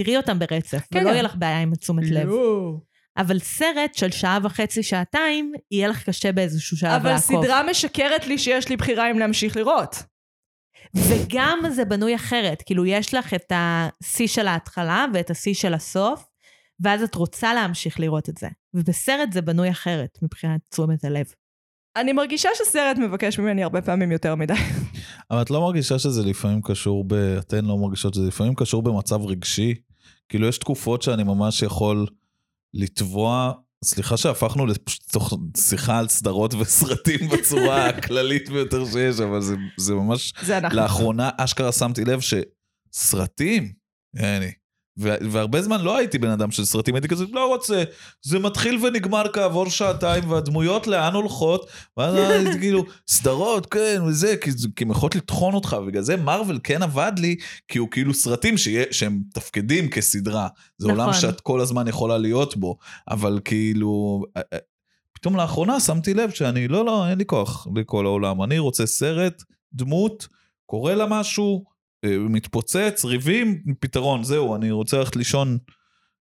Speaker 3: תראי אותם ברצף,
Speaker 1: כן,
Speaker 3: ולא
Speaker 1: כן.
Speaker 3: יהיה לך בעיה עם תשומת לב.
Speaker 1: לא.
Speaker 3: אבל סרט של שעה וחצי, שעתיים, יהיה לך קשה באיזשהו שלב
Speaker 1: אבל
Speaker 3: לעקוב.
Speaker 1: סדרה משקרת לי שיש לי בחירה אם להמשיך לראות.
Speaker 3: וגם זה בנוי אחרת, כאילו יש לך את השיא של ההתחלה ואת השיא של הסוף, ואז את רוצה להמשיך לראות את זה. ובסרט זה בנוי אחרת מבחינת תשומת הלב.
Speaker 1: אני מרגישה שסרט מבקש ממני הרבה פעמים יותר מדי.
Speaker 2: אבל את לא מרגישה שזה לפעמים קשור ב... אתן לא מרגישות שזה לפעמים קשור במצב רגשי? כאילו, יש תקופות שאני ממש יכול לטבוע... סליחה שהפכנו לתוך שיחה על סדרות וסרטים בצורה הכללית ביותר שיש, אבל זה, זה ממש...
Speaker 1: זה אנחנו.
Speaker 2: לאחרונה אשכרה שמתי לב שסרטים, יעני. ו- והרבה זמן לא הייתי בן אדם של סרטים, הייתי כזה, לא רוצה, זה מתחיל ונגמר כעבור שעתיים, והדמויות לאן הולכות, ואז הייתי כאילו, סדרות, כן, וזה, כי, זה- כי הם יכולות לטחון אותך, בגלל זה מרוויל כן עבד לי, כי הוא כאילו סרטים שיה, שהם מתפקדים כסדרה. זה
Speaker 3: נכון.
Speaker 2: עולם שאת כל הזמן יכולה להיות בו, אבל כאילו, אה, אה, פתאום לאחרונה שמתי לב שאני, לא, לא, אין לי כוח לכל העולם, אני רוצה סרט, דמות, קורה לה משהו, אה, מתפוצץ, ריבים, פתרון, זהו, אני רוצה ללכת לישון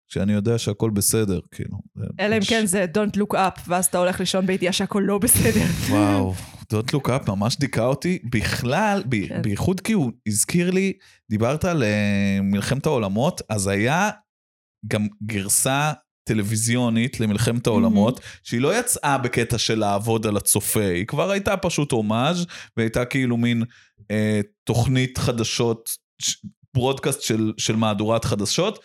Speaker 2: כשאני יודע שהכל בסדר, כאילו. זה
Speaker 1: אלא אם
Speaker 2: ממש-
Speaker 1: כן זה Don't look up, ואז אתה הולך לישון בידיעה שהכל לא בסדר.
Speaker 2: וואו, Don't Look Up ממש דיכא אותי, בכלל, ב-
Speaker 1: כן.
Speaker 2: בייחוד כי הוא הזכיר לי, דיברת על אה, מלחמת העולמות, אז היה גם גרסה טלוויזיונית למלחמת העולמות, שהיא לא יצאה בקטע של לעבוד על הצופה, היא כבר הייתה פשוט הומאז' והייתה כאילו מין אה, תוכנית חדשות, ש- ברודקאסט של, של מהדורת חדשות.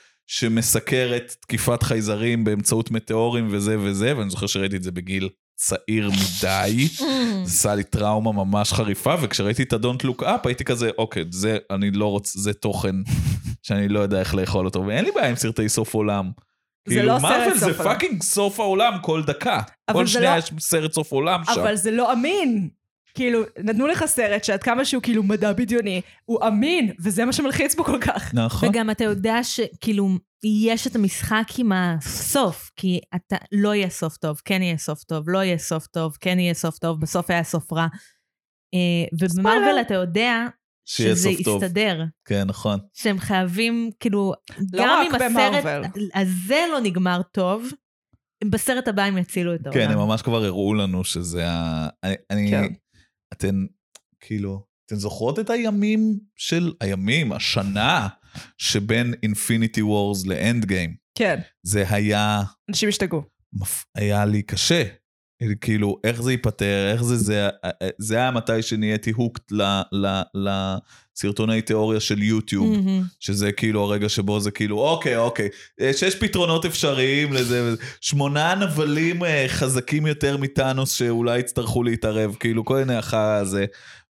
Speaker 2: שמסקרת תקיפת חייזרים באמצעות מטאורים וזה וזה, ואני זוכר שראיתי את זה בגיל צעיר מדי.
Speaker 1: Mm.
Speaker 2: זה עשה לי טראומה ממש חריפה, וכשראיתי את ה-Don't Look Up הייתי כזה, אוקיי, זה, אני לא רוצה, זה תוכן שאני לא יודע איך לאכול אותו, ואין לי בעיה עם סרטי סוף עולם.
Speaker 1: זה לא
Speaker 2: כאילו, מארוול
Speaker 1: סרט סוף
Speaker 2: זה
Speaker 1: עולם.
Speaker 2: פאקינג סוף העולם כל דקה.
Speaker 1: אבל
Speaker 2: כל
Speaker 1: זה
Speaker 2: שנייה
Speaker 1: לא-
Speaker 2: יש סרט סוף עולם שם.
Speaker 1: אבל זה לא אמין. כאילו, נתנו לך סרט שעד כמה שהוא כאילו מדע בדיוני, הוא אמין, וזה מה שמלחיץ בו כל כך.
Speaker 2: נכון.
Speaker 3: וגם אתה יודע שכאילו, יש את המשחק עם הסוף, כי אתה, לא יהיה סוף טוב, כן יהיה סוף טוב, לא יהיה סוף טוב, כן יהיה סוף טוב, בסוף היה סוף רע. אה, ובמרוויל אתה יודע
Speaker 2: שיהיה
Speaker 3: שזה
Speaker 2: סוף טוב.
Speaker 3: יסתדר.
Speaker 2: כן, נכון.
Speaker 3: שהם חייבים, כאילו,
Speaker 1: לא
Speaker 3: גם
Speaker 1: רק
Speaker 3: אם הסרט
Speaker 1: במרוויל.
Speaker 3: הזה לא נגמר טוב, בסרט הבא הם יצילו את העולם.
Speaker 2: כן, הם ממש כבר הראו לנו שזה ה... אני- אני...
Speaker 1: אה? כן.
Speaker 2: אתן, כאילו, אתן זוכרות את הימים של... הימים, השנה, שבין אינפיניטי וורס לאנד גיים.
Speaker 1: כן,
Speaker 2: זה היה...
Speaker 1: אנשים השתגעו.
Speaker 2: מפ- היה לי קשה. כאילו, איך זה ייפתר, איך זה זה, זה היה מתי שנהייתי הוקט לסרטוני תיאוריה של יוטיוב, mm.
Speaker 3: מהמם.
Speaker 2: שזה כאילו הרגע שבו זה כאילו, אוקיי, אוקיי, אה, שיש פתרונות אפשריים לזה, וזה- שמונה נבלים אה, חזקים יותר מטאנוס שאולי יצטרכו להתערב, כאילו, כל מיני אחר הזה,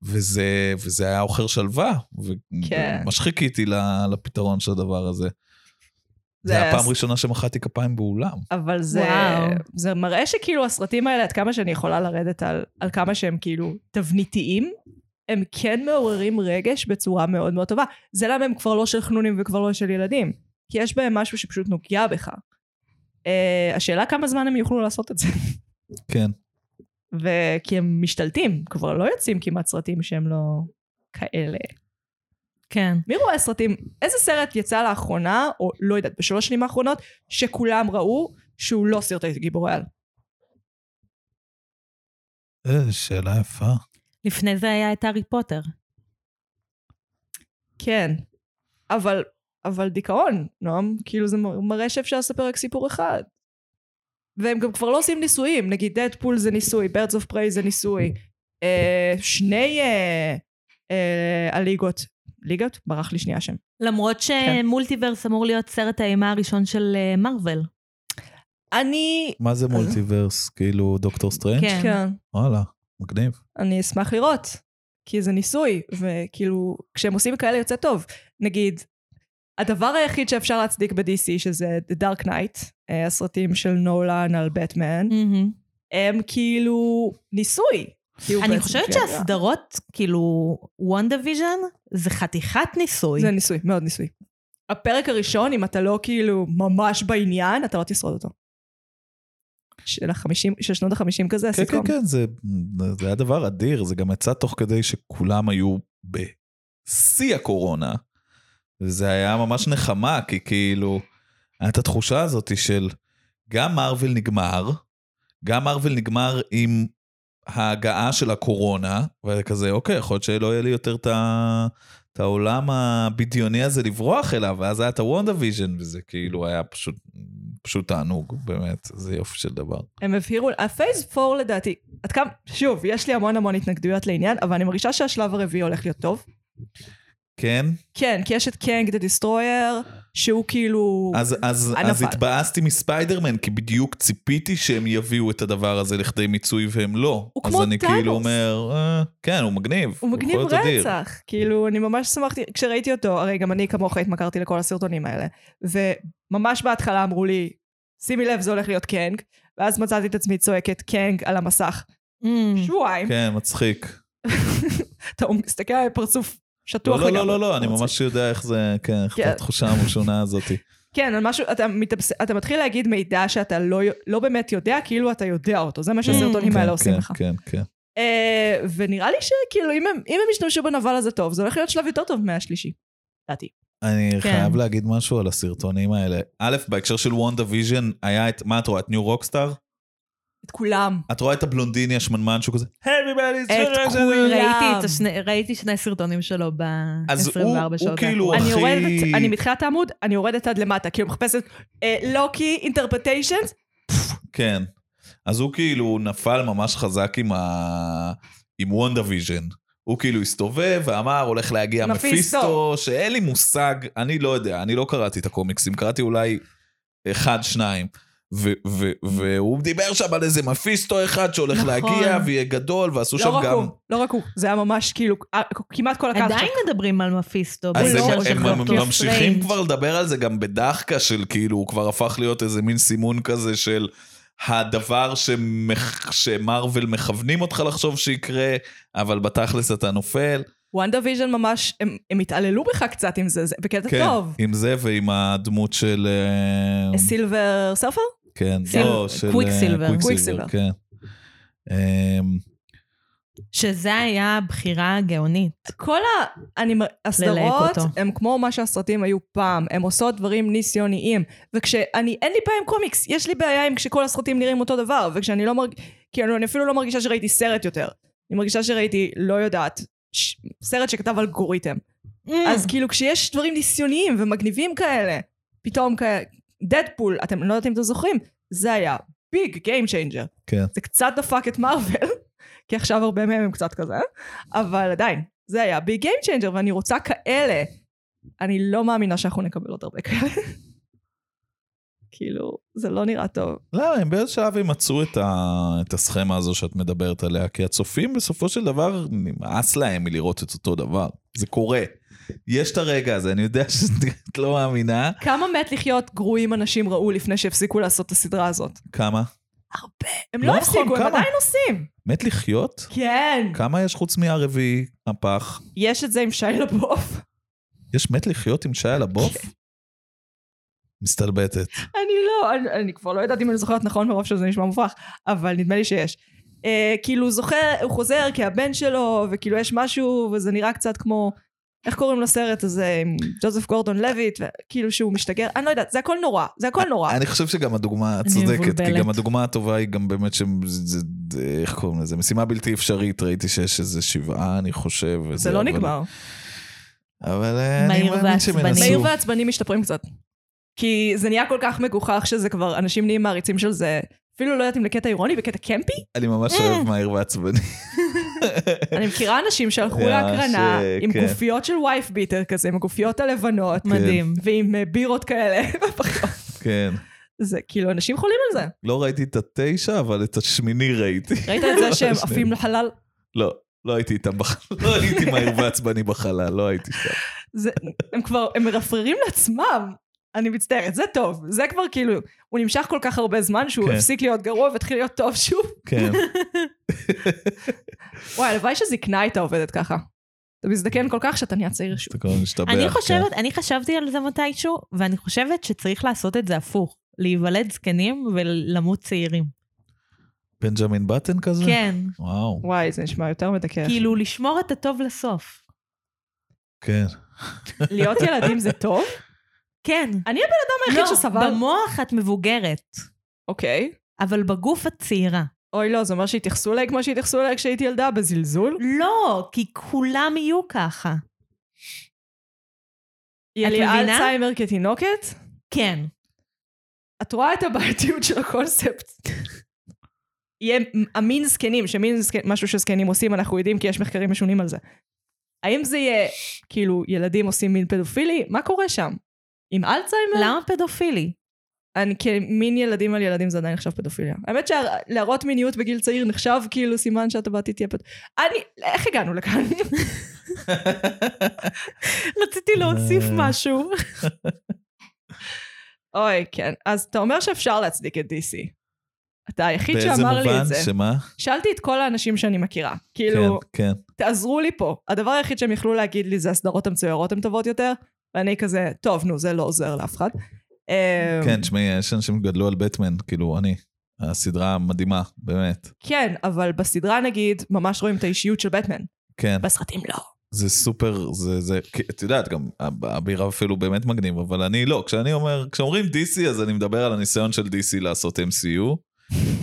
Speaker 2: וזה, וזה היה עוכר שלווה,
Speaker 1: כן.
Speaker 2: וממש חיכיתי ל- לפתרון של הדבר הזה.
Speaker 1: זה
Speaker 2: זה היה
Speaker 1: היה
Speaker 2: הפעם
Speaker 1: ס-
Speaker 2: הראשונה שמחאתי כפיים באולם.
Speaker 1: אבל זה,
Speaker 3: וואו.
Speaker 1: זה מראה שכאילו הסרטים האלה, עד כמה שאני יכולה לרדת על, על כמה שהם כאילו תבניתיים, הם כן מעוררים רגש בצורה מאוד מאוד טובה. זה למה הם כבר לא של חנונים וכבר לא של ילדים. כי יש בהם משהו שפשוט נוגע בך. Uh, השאלה כמה זמן הם יוכלו לעשות את זה.
Speaker 2: כן.
Speaker 1: וכי הם משתלטים, כבר לא יוצאים כמעט סרטים שהם לא כאלה.
Speaker 3: כן.
Speaker 1: מי רואה סרטים? איזה סרט יצא לאחרונה, או לא יודעת, בשלוש שנים האחרונות, שכולם ראו שהוא לא סרטי גיבורי על?
Speaker 2: איזה אה, שאלה יפה.
Speaker 3: לפני זה היה את הארי פוטר.
Speaker 1: כן. אבל, אבל דיכאון, נועם, כאילו זה מ- מראה שאפשר לספר רק סיפור אחד. והם גם כבר לא עושים ניסויים, נגיד דדפול זה ניסוי, ברדס אוף פריי זה ניסוי. אה, שני אה, אה, הליגות, ליגות? ברח לי שנייה השם.
Speaker 3: למרות
Speaker 2: כן.
Speaker 3: שמולטיברס אמור להיות סרט האימה הראשון של אה, מארוול.
Speaker 1: אני...
Speaker 2: מה זה מולטיברס? כאילו דוקטור סטרנג'?
Speaker 3: כן.
Speaker 1: כן.
Speaker 2: וואלה, מגניב.
Speaker 1: אני אשמח לראות, כי זה ניסוי, וכאילו, כשהם עושים כאלה יוצא טוב. נגיד, הדבר היחיד שאפשר להצדיק ב-DC, שזה The Dark Knight, אה, הסרטים של נולן על בטמן,
Speaker 3: מהמם.
Speaker 1: הם כאילו ניסוי. כאילו
Speaker 3: אני
Speaker 1: בעצם
Speaker 3: חושבת
Speaker 1: כן,
Speaker 3: שהסדרות, כאילו, וונדה ויז'ן, זה חתיכת ניסוי.
Speaker 1: זה ניסוי, מאוד ניסוי. הפרק הראשון, אם אתה לא כאילו ממש בעניין, אתה לא תשרוד אותו. של החמישים, של שנות החמישים כזה,
Speaker 2: כן,
Speaker 1: הסיטקום.
Speaker 2: כן, כן, זה, זה היה דבר אדיר, זה גם יצא תוך כדי שכולם היו בשיא הקורונה, וזה היה ממש נחמה, כי כאילו, הייתה התחושה הזאת של גם מארוול נגמר, גם מארוול נגמר עם ההגעה של הקורונה, וכזה, אוקיי, יכול להיות שלא יהיה לי יותר את ה... את העולם הבדיוני הזה לברוח אליו, ואז היה את הוונדה ויז'ן, וזה כאילו היה פשוט, פשוט תענוג, באמת, זה יופי של דבר.
Speaker 1: הם הבהירו, הפייס 4 לדעתי, עד כמה, שוב, יש לי המון המון התנגדויות לעניין, אבל אני מרגישה שהשלב הרביעי הולך להיות טוב.
Speaker 2: כן?
Speaker 1: כן, כי יש את קנג דה דיסטרויר, שהוא כאילו...
Speaker 2: אז, אז,
Speaker 1: הנפל.
Speaker 2: אז התבאסתי מספיידרמן, כי בדיוק ציפיתי שהם יביאו את הדבר הזה לכדי מיצוי והם לא.
Speaker 1: הוא
Speaker 2: אז
Speaker 1: כמו
Speaker 2: אני
Speaker 1: טאנוס.
Speaker 2: כאילו אומר, אה, כן, הוא מגניב.
Speaker 1: הוא מגניב
Speaker 2: יכול להיות אדיר.
Speaker 1: רצח. כאילו, אני ממש שמחתי, כשראיתי אותו, הרי גם אני כמוך התמכרתי לכל הסרטונים האלה. וממש בהתחלה אמרו לי, שימי לב, זה הולך להיות קנג. ואז מצאתי את עצמי צועקת קנג על המסך. שבועיים.
Speaker 2: כן, מצחיק.
Speaker 1: אתה מסתכל על פרצוף שטוח
Speaker 2: לא, לא,
Speaker 1: לגמרי.
Speaker 2: לא, לא, לא, אני
Speaker 1: מצחיק.
Speaker 2: ממש יודע איך זה, כן, איך
Speaker 1: כן.
Speaker 2: התחושה המשונה הזאת.
Speaker 1: כן, על משהו, אתה, מתבס... אתה מתחיל להגיד מידע שאתה לא, י- לא באמת יודע, כאילו אתה יודע אותו. זה מה שהסרטונים
Speaker 2: כן,
Speaker 1: האלה עושים
Speaker 2: כן,
Speaker 1: לך.
Speaker 2: כן, כן.
Speaker 1: אה, ונראה לי שכאילו, אם הם, אם הם ישתמשו בנבל הזה טוב, זה הולך להיות שלב יותר טוב מהשלישי. לדעתי.
Speaker 2: אני
Speaker 3: כן.
Speaker 2: חייב להגיד משהו על הסרטונים האלה. א', בהקשר של וונדה ויז'ן, היה את, מה את רואה? את ניו רוקסטאר?
Speaker 1: את כולם.
Speaker 2: את רואה את הבלונדיני השמנמן שהוא כזה, Everybody's...
Speaker 1: את כולם.
Speaker 3: ראיתי, את השני, ראיתי שני סרטונים שלו ב-24
Speaker 2: אז
Speaker 3: שעות.
Speaker 2: הוא- הוא
Speaker 3: האחרונות.
Speaker 2: כאילו
Speaker 1: אני
Speaker 2: הכי-
Speaker 1: יורדת, אני מתחילת העמוד, אני יורדת עד למטה, כאילו מחפשת לוקי אינטרפטיישנס,
Speaker 2: כן. אז הוא כאילו נפל ממש חזק עם ה... עם וונדה ויז'ן. הוא כאילו הסתובב ואמר, הולך להגיע
Speaker 1: מפיסטו."
Speaker 2: מפיסטו, שאין לי מושג, אני לא יודע, אני לא קראתי את הקומיקסים, קראתי אולי אחד, שניים. ו- ו- והוא דיבר שם על איזה מפיסטו אחד שהולך
Speaker 3: נכון.
Speaker 2: להגיע ויהיה גדול, ועשו שם
Speaker 1: לא רק
Speaker 2: גם...
Speaker 1: הוא, לא רק הוא, זה היה ממש כאילו, אה, כמעט כל הקהל
Speaker 3: עדיין מדברים על מפיסטו.
Speaker 2: אז
Speaker 1: הוא
Speaker 2: הם,
Speaker 1: לא
Speaker 3: בהקשר
Speaker 1: ראש
Speaker 2: הם,
Speaker 3: של
Speaker 2: הם
Speaker 3: דוקטור
Speaker 2: ממשיכים
Speaker 3: סטרנג'.
Speaker 2: כבר לדבר על זה גם בדחקה של כאילו, הוא כבר הפך להיות איזה מין סימון כזה של הדבר שמח, שמרוול מכוונים אותך לחשוב שיקרה, אבל בתכלס אתה נופל.
Speaker 1: וונדה ויז'ן ממש, הם הם התעללו בך קצת עם זה, זה בקטע
Speaker 2: כן.
Speaker 1: טוב.
Speaker 2: עם זה ועם הדמות של... אה,
Speaker 1: סילבר סרפר?
Speaker 2: כן,
Speaker 3: סיל-
Speaker 2: לא, של... אה,
Speaker 3: קוויקסילבר.
Speaker 1: קוויקסילבר.
Speaker 2: קוויקסילבר, כן. אה,
Speaker 3: שזה היה בחירה גאונית.
Speaker 1: כל האנימ- הסדרות
Speaker 3: אותו.
Speaker 1: הם כמו מה שהסרטים היו פעם, הם עושות דברים ניסיוניים. וכשאני, אין לי בעיה עם קומיקס, יש לי בעיה עם כשכל הסרטים נראים אותו דבר, וכשאני לא מרגישה, כאילו אני אפילו לא מרגישה שראיתי סרט יותר. אני מרגישה שראיתי, לא יודעת, ש... סרט שכתב אלגוריתם.
Speaker 2: כן.
Speaker 1: אז כאילו כשיש דברים ניסיוניים ומגניבים כאלה, פתאום כאלה, דדפול, אתם לא יודעת אם אתם זוכרים, זה היה ביג גיים צ'יינג'ר.
Speaker 2: כן.
Speaker 1: זה קצת דפק את מארוול, כי עכשיו הרבה מהם הם קצת כזה, אבל עדיין, זה היה ביג גיים צ'יינג'ר, ואני רוצה כאלה. אני לא מאמינה שאנחנו נקבל עוד הרבה כאלה. כאילו, זה לא נראה טוב.
Speaker 2: לא, הם באיזה שלב ימצאו את, ה... את הסכמה הזו שאת מדברת עליה, כי הצופים בסופו של דבר נמאס להם מלראות את אותו דבר. זה קורה. יש את הרגע הזה, אני יודע שאת לא מאמינה.
Speaker 1: כמה מת לחיות גרועים אנשים ראו לפני שהפסיקו לעשות את הסדרה הזאת?
Speaker 2: כמה?
Speaker 1: הרבה. הם
Speaker 2: לא
Speaker 1: לא
Speaker 2: נכון,
Speaker 1: הפסיקו, הם
Speaker 2: כמה?
Speaker 1: עדיין עושים.
Speaker 2: מת לחיות?
Speaker 1: כן.
Speaker 2: כמה יש חוץ מהרביעי, הפח?
Speaker 1: יש את זה עם שי לבוף.
Speaker 2: יש מת לחיות עם שי על הבוף?
Speaker 1: כן.
Speaker 2: מסתלבטת.
Speaker 1: אני לא, אני, אני כבר לא יודעת אם אני זוכרת נכון מרוב שזה נשמע מופרך, אבל נדמה לי שיש. אה, כאילו הוא זוכר, הוא חוזר כי הבן שלו, וכאילו יש משהו, וזה נראה קצת כמו, איך קוראים לסרט הזה, עם ג'וזף גורדון לויט, כאילו שהוא משתגר, אני לא יודעת, זה הכל נורא, זה הכל נורא.
Speaker 2: אני חושב שגם הדוגמה הצודקת, כי
Speaker 3: מבולבלת. גם
Speaker 2: גם הדוגמה הטובה היא גם באמת ש... איך קוראים לזה? משימה בלתי אפשרית, ראיתי שיש איזה שבעה, אני חושב.
Speaker 1: זה לא נגמר.
Speaker 2: אבל אה, אני
Speaker 3: מהיר
Speaker 2: מאמין
Speaker 3: ועצבני.
Speaker 2: שמנסו.
Speaker 1: מהיר ועצבני משתפרים קצת. כי זה נהיה כל כך מגוחך שזה כבר, אנשים נהיים מעריצים של זה. אפילו לא יודעת אם לקטע אירוני וקטע קמפי.
Speaker 2: אני ממש אוהב מהיר ועצבני.
Speaker 1: אני מכירה אנשים שהלכו
Speaker 2: ממש,
Speaker 1: להקרנה
Speaker 2: אה,
Speaker 1: עם
Speaker 2: כן.
Speaker 1: גופיות של וייף ביטר כזה, עם הגופיות הלבנות.
Speaker 3: מדהים.
Speaker 1: ועם אה, בירות כאלה.
Speaker 2: כן.
Speaker 1: זה כאילו, אנשים חולים על זה.
Speaker 2: לא ראיתי את התשע, אבל את השמיני ראיתי.
Speaker 1: ראית את זה שהם
Speaker 2: שניהם.
Speaker 1: עפים לחלל?
Speaker 2: לא, לא הייתי איתם בחלל. לא הייתי מהיר ועצבני בחלל, לא הייתי שם.
Speaker 1: זה- הם כבר, הם מרפררים לעצמם. אני מצטערת, זה טוב. זה כבר כאילו, הוא נמשך כל כך הרבה זמן שהוא
Speaker 2: כן.
Speaker 1: הפסיק להיות גרוע והתחיל להיות טוב שוב.
Speaker 2: כן.
Speaker 1: וואי, הלוואי שזקנה הייתה עובדת ככה. אתה מזדקן כל כך שאתה נהיה צעיר שוב.
Speaker 2: אתה כבר משתבח.
Speaker 3: אני
Speaker 2: כן.
Speaker 3: חושבת, אני חשבתי על זה מתישהו, ואני חושבת שצריך לעשות את זה הפוך. להיוולד זקנים ולמות צעירים.
Speaker 2: בנג'מין בטן כזה?
Speaker 3: כן.
Speaker 2: וואו.
Speaker 1: וואי, זה נשמע יותר מדכא.
Speaker 3: כאילו, לשמור את הטוב לסוף.
Speaker 2: כן.
Speaker 1: להיות ילדים זה טוב?
Speaker 3: כן. לא,
Speaker 1: אתה היחיד שסבל?
Speaker 3: במוח את מבוגרת,
Speaker 1: אוקיי.
Speaker 3: אבל בגוף את צעירה.
Speaker 1: אוי לא, זה אומר שהתייחסו אליי כמו שהתייחסו אליי כשהייתי ילדה, בזלזול?
Speaker 3: לא, כי כולם יהיו ככה.
Speaker 1: יהיה
Speaker 3: את
Speaker 1: לי
Speaker 3: מבינה?
Speaker 1: אלצהיימר כתינוקת?
Speaker 3: כן.
Speaker 1: את רואה את הבעייתיות של הקונספט. יהיה המין זקנים, שמין זקנים, משהו שזקנים עושים, אנחנו יודעים כי יש מחקרים משונים על זה. האם זה יהיה, כאילו, ילדים עושים מין פדופילי? מה קורה שם? עם אלצהיימר?
Speaker 3: למה פדופילי?
Speaker 1: אני כמין ילדים על ילדים זה עדיין נחשב פדופיליה. האמת שלהראות מיניות בגיל צעיר נחשב כאילו סימן שאתה בעתיד תהיה פדופיליה. אני, איך הגענו לכאן?
Speaker 3: רציתי
Speaker 2: להוסיף
Speaker 3: משהו.
Speaker 1: אוי, כן. אז אתה אומר שאפשר להצדיק את DC. אתה היחיד
Speaker 2: באיזה
Speaker 1: שאמר לי
Speaker 2: מובן?
Speaker 1: את זה.
Speaker 2: שמה?
Speaker 1: שאלתי את כל האנשים שאני מכירה.
Speaker 2: כן,
Speaker 1: כאילו,
Speaker 2: כן.
Speaker 1: תעזרו לי פה. הדבר היחיד שהם יכלו להגיד לי זה הסדרות המצוירות הן טובות יותר, ואני כזה, טוב, נו, זה לא עוזר לאף אחד. אמ,
Speaker 2: כן, תשמעי, יש אנשים שגדלו על בטמן, כאילו, אני. הסדרה מדהימה, באמת.
Speaker 1: כן, אבל בסדרה נגיד, ממש רואים את האישיות של בטמן.
Speaker 2: כן,
Speaker 1: בסרטים לא.
Speaker 2: זה סופר, זה, זה, כי את יודעת, גם הב- הבירה אפילו באמת מגניב, אבל אני לא, כשאני אומר, כשאומרים DC, אז אני מדבר על הניסיון של DC לעשות MCU,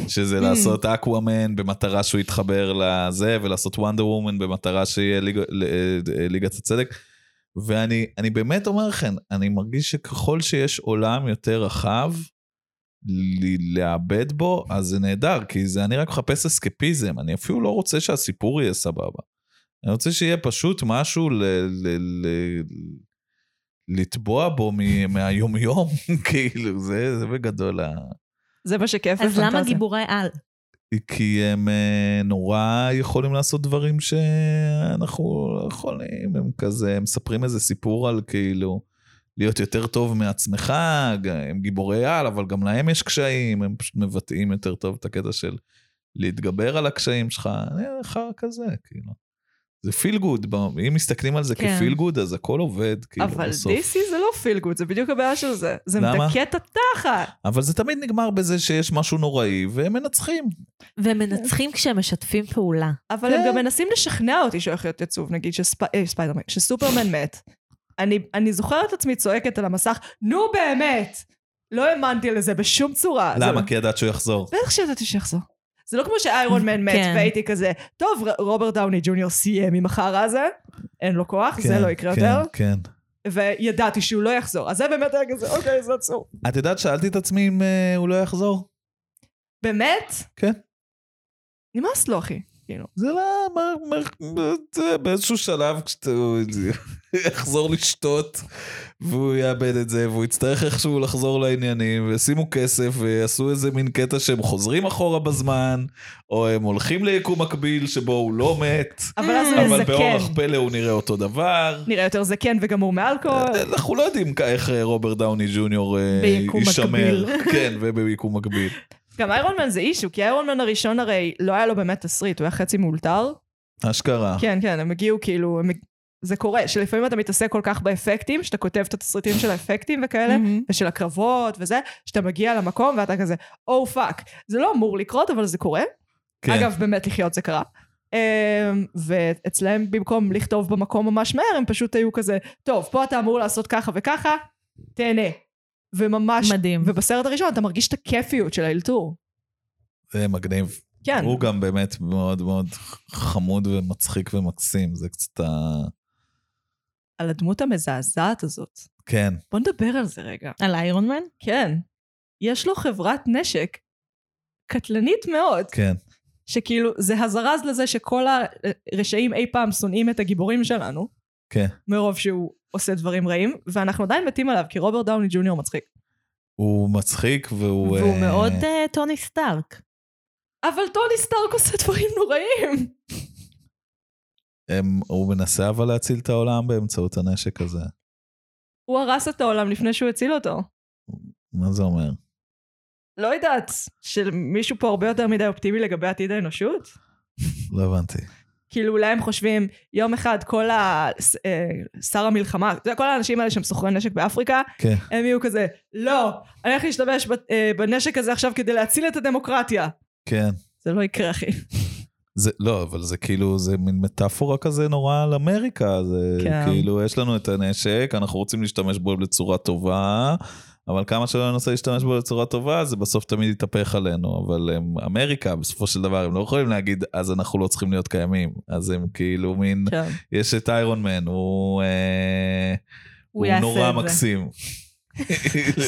Speaker 2: שזה לעשות אקוואמן במטרה שהוא יתחבר לזה, ולעשות וונדר וומן במטרה שיהיה ליג, ל- אה, ליגת הצדק. ואני אני באמת אומר לכם, אני מרגיש שככל שיש עולם יותר רחב, ל- לאבד בו, אז זה נהדר, כי זה, אני רק מחפש אסקפיזם, אני אפילו לא רוצה שהסיפור יהיה סבבה. אני רוצה שיהיה פשוט משהו ל... ל, ל לטבוע בו מ- מהיומיום, כאילו, זה, זה בגדול ה...
Speaker 1: זה מה שכיף
Speaker 3: אז למה
Speaker 1: בפנטזיה.
Speaker 3: גיבורי על?
Speaker 2: כי הם אה, נורא יכולים לעשות דברים שאנחנו לא יכולים, הם כזה, הם מספרים איזה סיפור על כאילו להיות יותר טוב מעצמך, ג- הם גיבורי על, אבל גם להם יש קשיים, הם פשוט מבטאים יותר טוב את הקטע של להתגבר על הקשיים שלך, אה, אחר כזה, כאילו. זה פיל גוד, אם מסתכלים על זה
Speaker 3: כן.
Speaker 2: כפיל גוד, אז הכל עובד, כאילו,
Speaker 1: אבל
Speaker 2: בסוף.
Speaker 1: DC זה לא פיל גוד, זה בדיוק הבעיה של זה. זה
Speaker 2: למה?
Speaker 1: מדכא את התחת.
Speaker 2: אבל זה תמיד נגמר בזה שיש משהו נוראי, והם מנצחים.
Speaker 3: והם מנצחים כשהם משתפים פעולה.
Speaker 1: אבל הם
Speaker 2: כן.
Speaker 1: גם מנסים לשכנע אותי שהולך להיות עצוב, נגיד שספ- אה, ספיידרמן, שסופרמן מת. אני, אני זוכרת את עצמי צועקת על המסך, נו באמת! לא האמנתי לזה בשום צורה. אה, זה- לא-
Speaker 2: למה? כן. כי ידעת שהוא יחזור.
Speaker 1: בטח שידעתי שיחזור. זה לא כמו שאיירון מן מת,
Speaker 3: כן.
Speaker 1: והייתי כזה, טוב, ר- רוברט דאוני ג'וניור סיים עם החרא הזה, אין לו כוח, זה
Speaker 2: כן,
Speaker 1: לא יקרה
Speaker 2: כן,
Speaker 1: יותר,
Speaker 2: כן.
Speaker 1: וידעתי שהוא לא יחזור. אז זה באמת היה כזה, אוקיי, זה עצוב.
Speaker 2: את יודעת, שאלתי את עצמי אם אה, הוא לא יחזור?
Speaker 1: באמת?
Speaker 2: כן.
Speaker 1: נמאס לו, אחי. כאילו.
Speaker 2: זה לא... מה- מה- מה- זה באיזשהו שלב כשאתה- הוא יחזור לשתות, והוא יאבד את זה, והוא יצטרך איכשהו לחזור לעניינים, וישימו כסף, ויעשו איזה מין קטע שהם חוזרים אחורה בזמן, או הם הולכים ליקום מקביל שבו הוא לא מת,
Speaker 1: אבל אז הוא
Speaker 2: אבל באורח
Speaker 1: יזקן.
Speaker 2: פלא הוא נראה אותו דבר.
Speaker 1: נראה יותר זקן וגמור מאלכוהול.
Speaker 2: אנחנו לא יודעים כ- איך אה, רוברט דאוני ג'וניור אה,
Speaker 1: ביקום
Speaker 2: יישמר.
Speaker 1: מקביל.
Speaker 2: כן, וביקום מקביל.
Speaker 1: גם איירון מן זה אישו, כי איירון מן הראשון הרי לא היה לו באמת תסריט, הוא היה חצי מאולתר.
Speaker 2: אשכרה.
Speaker 1: כן, כן, הם הגיעו כאילו, הם... זה קורה, שלפעמים אתה מתעסק כל כך באפקטים, שאתה כותב את התסריטים של האפקטים וכאלה, ושל הקרבות וזה, שאתה מגיע למקום ואתה כזה, או oh, פאק. זה לא אמור לקרות, אבל זה קורה.
Speaker 2: כן.
Speaker 1: אגב, באמת לחיות זה קרה. אמ, ואצלהם במקום לכתוב במקום ממש מהר, הם פשוט היו כזה, טוב, פה אתה אמור לעשות ככה וככה, תהנה. וממש,
Speaker 3: מדהים.
Speaker 1: ובסרט הראשון אתה מרגיש את הכיפיות של האלתור.
Speaker 2: זה מגניב.
Speaker 1: כן.
Speaker 2: הוא גם באמת מאוד מאוד חמוד ומצחיק ומקסים, זה קצת ה...
Speaker 1: על הדמות המזעזעת הזאת.
Speaker 2: כן,
Speaker 1: בוא נדבר על זה רגע.
Speaker 3: על איירון מן?
Speaker 1: כן. יש לו חברת נשק קטלנית מאוד,
Speaker 2: כן.
Speaker 1: שכאילו, זה הזרז לזה שכל הרשעים אי פעם שונאים את הגיבורים שלנו,
Speaker 2: כן.
Speaker 1: מרוב שהוא עושה דברים רעים, ואנחנו עדיין מתים עליו, כי רוברט דאוני ג'וניור מצחיק.
Speaker 2: הוא מצחיק והוא...
Speaker 3: והוא
Speaker 2: אה,
Speaker 3: מאוד אה, טוני סטארק.
Speaker 1: אבל טוני סטארק עושה דברים נוראים.
Speaker 2: הם, הוא מנסה אבל להציל את העולם באמצעות הנשק הזה.
Speaker 1: הוא הרס את העולם לפני שהוא הציל אותו.
Speaker 2: מה זה אומר?
Speaker 1: לא יודעת, שמישהו פה הרבה יותר מדי אופטימי לגבי עתיד האנושות?
Speaker 2: לא הבנתי.
Speaker 1: כאילו אולי הם חושבים, יום אחד כל ה- ס- אה, שר המלחמה, אתה יודע, כל האנשים האלה שהם סוחרי נשק באפריקה,
Speaker 2: כן.
Speaker 1: הם יהיו כזה, לא, אני הולך להשתמש ב- אה, בנשק הזה עכשיו כדי להציל את הדמוקרטיה.
Speaker 2: כן.
Speaker 1: זה לא יקרה, אחי.
Speaker 2: זה, לא, אבל זה כאילו, זה מין מטאפורה כזה נורא על אמריקה. זה
Speaker 1: כן.
Speaker 2: כן. כאילו, יש לנו את הנשק, אנחנו רוצים להשתמש בו בצורה טובה, אבל כמה שלא ננסה להשתמש בו בצורה טובה, זה בסוף תמיד יתהפך עלינו. אבל הם, אמריקה, בסופו של דבר, הם לא יכולים להגיד, אז אנחנו לא צריכים להיות קיימים. אז הם כאילו מין,
Speaker 1: כן.
Speaker 2: יש את איירון מן, הוא, אה, הוא,
Speaker 3: יעשה
Speaker 2: נורא
Speaker 3: את זה.
Speaker 2: מקסים. כאילו,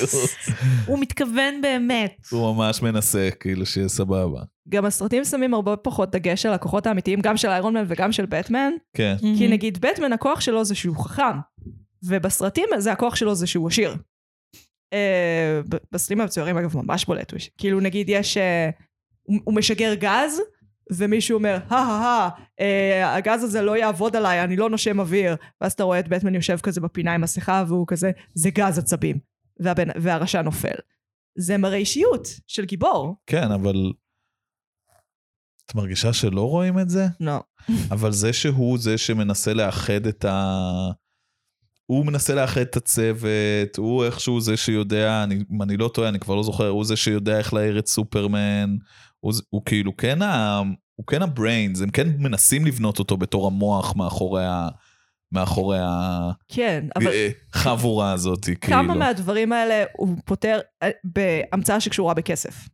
Speaker 3: הוא מתכוון באמת.
Speaker 2: הוא ממש מנסה, כאילו, שיהיה סבבה.
Speaker 1: גם הסרטים שמים הרבה פחות דגש על הכוחות האמיתיים, גם של איירון מן וגם של בטמן,
Speaker 2: כן,
Speaker 1: כי נגיד בטמן הכוח שלו זה שהוא חכם, ובסרטים זה הכוח שלו זה שהוא עשיר. אה, ב- בסרטים המצוירים אגב ממש בולט, הוא ש- כאילו נגיד יש, אה, הוא הוא משגר גז, ומישהו אומר, הא הא הא, אה, הגז הזה לא יעבוד עליי, אני לא נושם אוויר. ואז אתה רואה את בטמן יושב כזה בפינה עם מסכה, והוא כזה, זה גז עצבים. והבן, והרשע נופל. זה מראה אישיות של גיבור.
Speaker 2: כן, אבל... את מרגישה שלא רואים את זה?
Speaker 1: לא.
Speaker 2: אבל זה שהוא זה שמנסה לאחד את ה... הוא מנסה לאחד את הצוות, הוא איכשהו זה שיודע, אני, אם אני לא טועה, אני כבר לא זוכר, הוא זה שיודע איך להעיר את סופרמן, הוא, ז- הוא כאילו כן ה... הוא כן הבריינס, הם כן מנסים לבנות אותו בתור המוח מאחורי ה... מאחורי
Speaker 1: כן, אבל...
Speaker 2: החבורה הזאת, כאילו.
Speaker 1: כמה מהדברים האלה הוא פותר אה, בהמצאה שקשורה בכסף?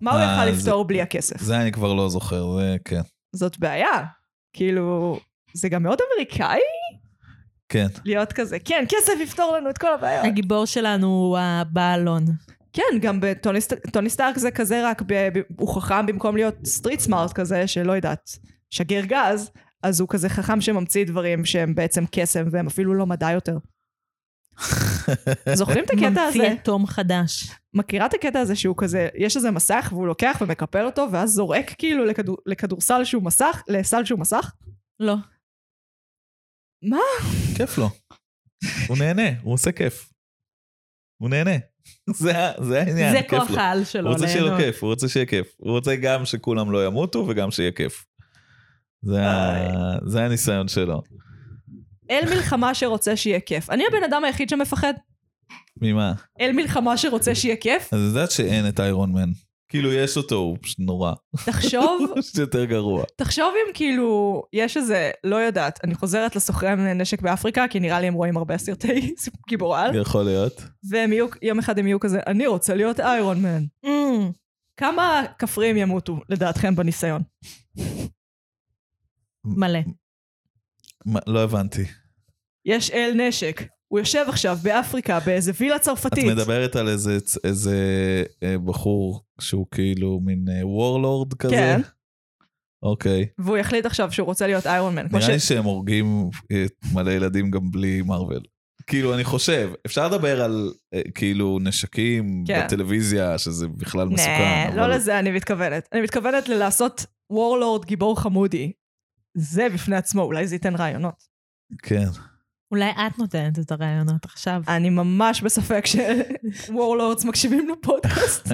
Speaker 1: מה הוא
Speaker 2: אה,
Speaker 1: יכל
Speaker 2: זה-
Speaker 1: לפתור בלי הכסף?
Speaker 2: זה אני כבר לא זוכר, זה כן.
Speaker 1: זאת בעיה. כאילו, זה גם מאוד אמריקאי
Speaker 2: כן.
Speaker 1: להיות כזה, כן, כסף יפתור לנו את כל הבעיות.
Speaker 3: הגיבור שלנו הוא הבעלון.
Speaker 1: כן, גם בטוני סט- טוני סטארק זה כזה רק, ב- ב- הוא חכם במקום להיות סטריט סמארט כזה, שלא יודעת, שגר גז, אז הוא כזה חכם שממציא דברים שהם בעצם קסם, והם אפילו לא מדע יותר. זוכרים את הקטע הזה?
Speaker 3: ממציא יתום חדש.
Speaker 1: מכירה את הקטע הזה שהוא כזה, יש איזה מסך והוא לוקח ומקפל אותו ואז זורק כאילו לכדור, לכדורסל שהוא מסך, לסל שהוא מסך?
Speaker 3: לא.
Speaker 2: כן, כיף לו. הוא נהנה, הוא עושה כיף. הוא נהנה. זה, ה- זה העניין,
Speaker 3: זה
Speaker 2: כיף
Speaker 3: כוח
Speaker 2: לו.
Speaker 3: העל שלו.
Speaker 2: הוא רוצה שיהיה לו
Speaker 3: ליהנות.
Speaker 2: כיף, הוא רוצה שיהיה כיף. הוא רוצה גם שכולם לא ימותו וגם שיהיה כיף. זה, ה... זה הניסיון שלו.
Speaker 1: אל מלחמה שרוצה שיהיה כיף. אני הבן אדם היחיד שמפחד.
Speaker 2: ממה?
Speaker 1: אל מלחמה שרוצה שיהיה כיף.
Speaker 2: אז את יודעת שאין את איירון מן. כאילו יש אותו, הוא פשוט נורא.
Speaker 1: תחשוב,
Speaker 2: הוא פשוט יותר גרוע.
Speaker 1: תחשוב אם כאילו, יש איזה, לא יודעת, אני חוזרת לסוחרי הנשק באפריקה, כי נראה לי הם רואים הרבה סרטי גיבור על,
Speaker 2: יכול להיות.
Speaker 1: והם יהיו, יום אחד הם יהיו כזה, אני רוצה להיות איירון מן.
Speaker 3: אמ,
Speaker 1: כמה כפריים ימותו, לדעתכם, בניסיון?
Speaker 3: מלא.
Speaker 2: מה, לא הבנתי.
Speaker 1: יש אל נשק. הוא יושב עכשיו באפריקה, באיזה וילה
Speaker 2: את
Speaker 1: צרפתית.
Speaker 2: מדברת על איזה, איזה אה, בחור שהוא כאילו מין וורלורד כזה?
Speaker 1: כן.
Speaker 2: אוקיי.
Speaker 1: והוא יחליט עכשיו שהוא רוצה להיות איירון מן. כמו
Speaker 2: נראה לי
Speaker 1: ש...
Speaker 2: שהם הורגים אה, מלא ילדים גם בלי מארוול. כאילו, אני חושב, אפשר לדבר על אה, כאילו נשקים
Speaker 1: כן.
Speaker 2: בטלוויזיה, שזה בכלל מסוכן.
Speaker 1: נה, לא
Speaker 2: אבל-
Speaker 1: לזה אני מתכוונת. אני מתכוונת ללעשות וורלורד גיבור חמודי. זה בפני עצמו, אולי זה ייתן רעיונות.
Speaker 2: כן.
Speaker 3: אולי את נותנת את הרעיונות עכשיו.
Speaker 1: אני ממש בספק שוורלורדס מקשיבים לפודקאסט.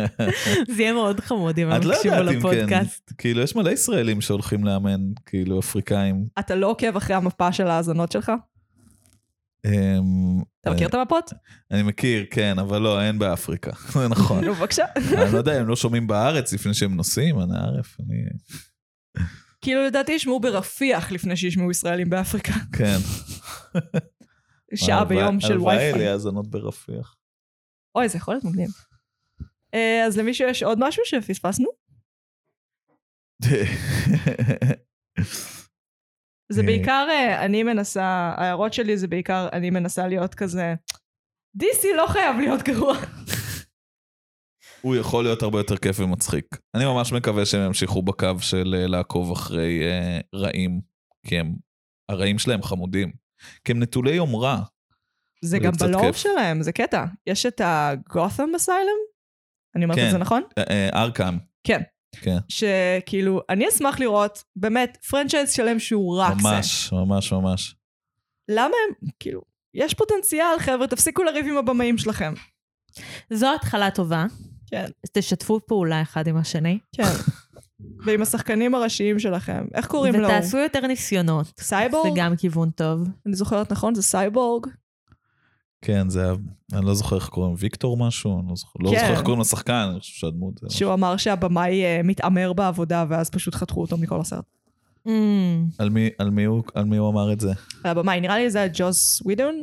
Speaker 3: זה יהיה מאוד חמוד אם
Speaker 2: את
Speaker 3: הם
Speaker 2: לא
Speaker 3: יקשיבו
Speaker 2: יודעת אם כן.
Speaker 3: לפודקאסט.
Speaker 2: כאילו, יש מלא ישראלים שהולכים לאמן, כאילו, אפריקאים.
Speaker 1: אתה לא עוקב אחרי המפה של ההאזנות שלך?
Speaker 2: אמ,
Speaker 1: אתה מכיר את המפות?
Speaker 2: אני מכיר, כן, אבל לא, אין באפריקה. זה נכון.
Speaker 1: נו, בבקשה.
Speaker 2: אני לא יודע, הם לא שומעים בארץ לפני שהם נוסעים, אני ערף, אני...
Speaker 1: כאילו, לדעתי ישמעו ברפיח לפני שישמעו ישראלים באפריקה.
Speaker 2: כן.
Speaker 1: שעה
Speaker 2: הלוואי-
Speaker 1: ביום של
Speaker 2: הלוואי
Speaker 1: וי-פיי.
Speaker 2: לי האזנות ברפיח.
Speaker 1: אוי, זה יכול להיות מגניב. אה, אז למישהו יש עוד משהו שפספסנו? זה
Speaker 2: אה.
Speaker 1: בעיקר, אה, אני מנסה, ההערות שלי זה בעיקר, אני מנסה להיות כזה, DC לא חייב להיות גרוע.
Speaker 2: הוא יכול להיות הרבה יותר כיף ומצחיק. אני ממש מקווה שהם ימשיכו בקו של אה, לעקוב אחרי אה, רעים, כי הם, הרעים שלהם חמודים. כי הם נטולי יומרה.
Speaker 1: זה
Speaker 2: זה
Speaker 1: גם
Speaker 2: קצת
Speaker 1: בלוב
Speaker 2: כיף.
Speaker 1: שלהם, זה קטע. יש את הגות'ם אסיילם? אני אומרת את
Speaker 2: כן.
Speaker 1: זה נכון?
Speaker 2: אה, אה, ארקם,
Speaker 1: שכאילו, אני אשמח לראות, באמת, פרנצ'ייז שלם שהוא רק זה.
Speaker 2: ממש, ממש, ממש.
Speaker 1: למה הם, כאילו, יש פוטנציאל, חבר'ה, תפסיקו לריב עם הבמאים שלכם.
Speaker 3: זו התחלה טובה.
Speaker 1: כן.
Speaker 3: אז תשתפו פעולה אחד עם השני.
Speaker 1: כן. ועם השחקנים הראשיים שלכם. איך קוראים לו?
Speaker 3: ותעשו יותר ניסיונות. זה
Speaker 1: סייבורג?
Speaker 3: גם כיוון טוב.
Speaker 1: אני זוכרת נכון, זה סייבורג.
Speaker 2: כן, זה היה, אני לא זוכר איך קוראים, ויקטור משהו? אני לא זוכר, לא
Speaker 1: כן.
Speaker 2: זוכר איך קוראים לשחקן, אני חושב שהדמות. אה, זה-
Speaker 1: שהוא אמר שהבמאי אה, מתעמר בעבודה, ואז פשוט חתכו אותו מכל הסרט.
Speaker 3: Mm.
Speaker 2: על מי- על מי הוא- על מי הוא אמר את זה?
Speaker 1: הבמאי, נראה לי זה היה ג'וס ווידון,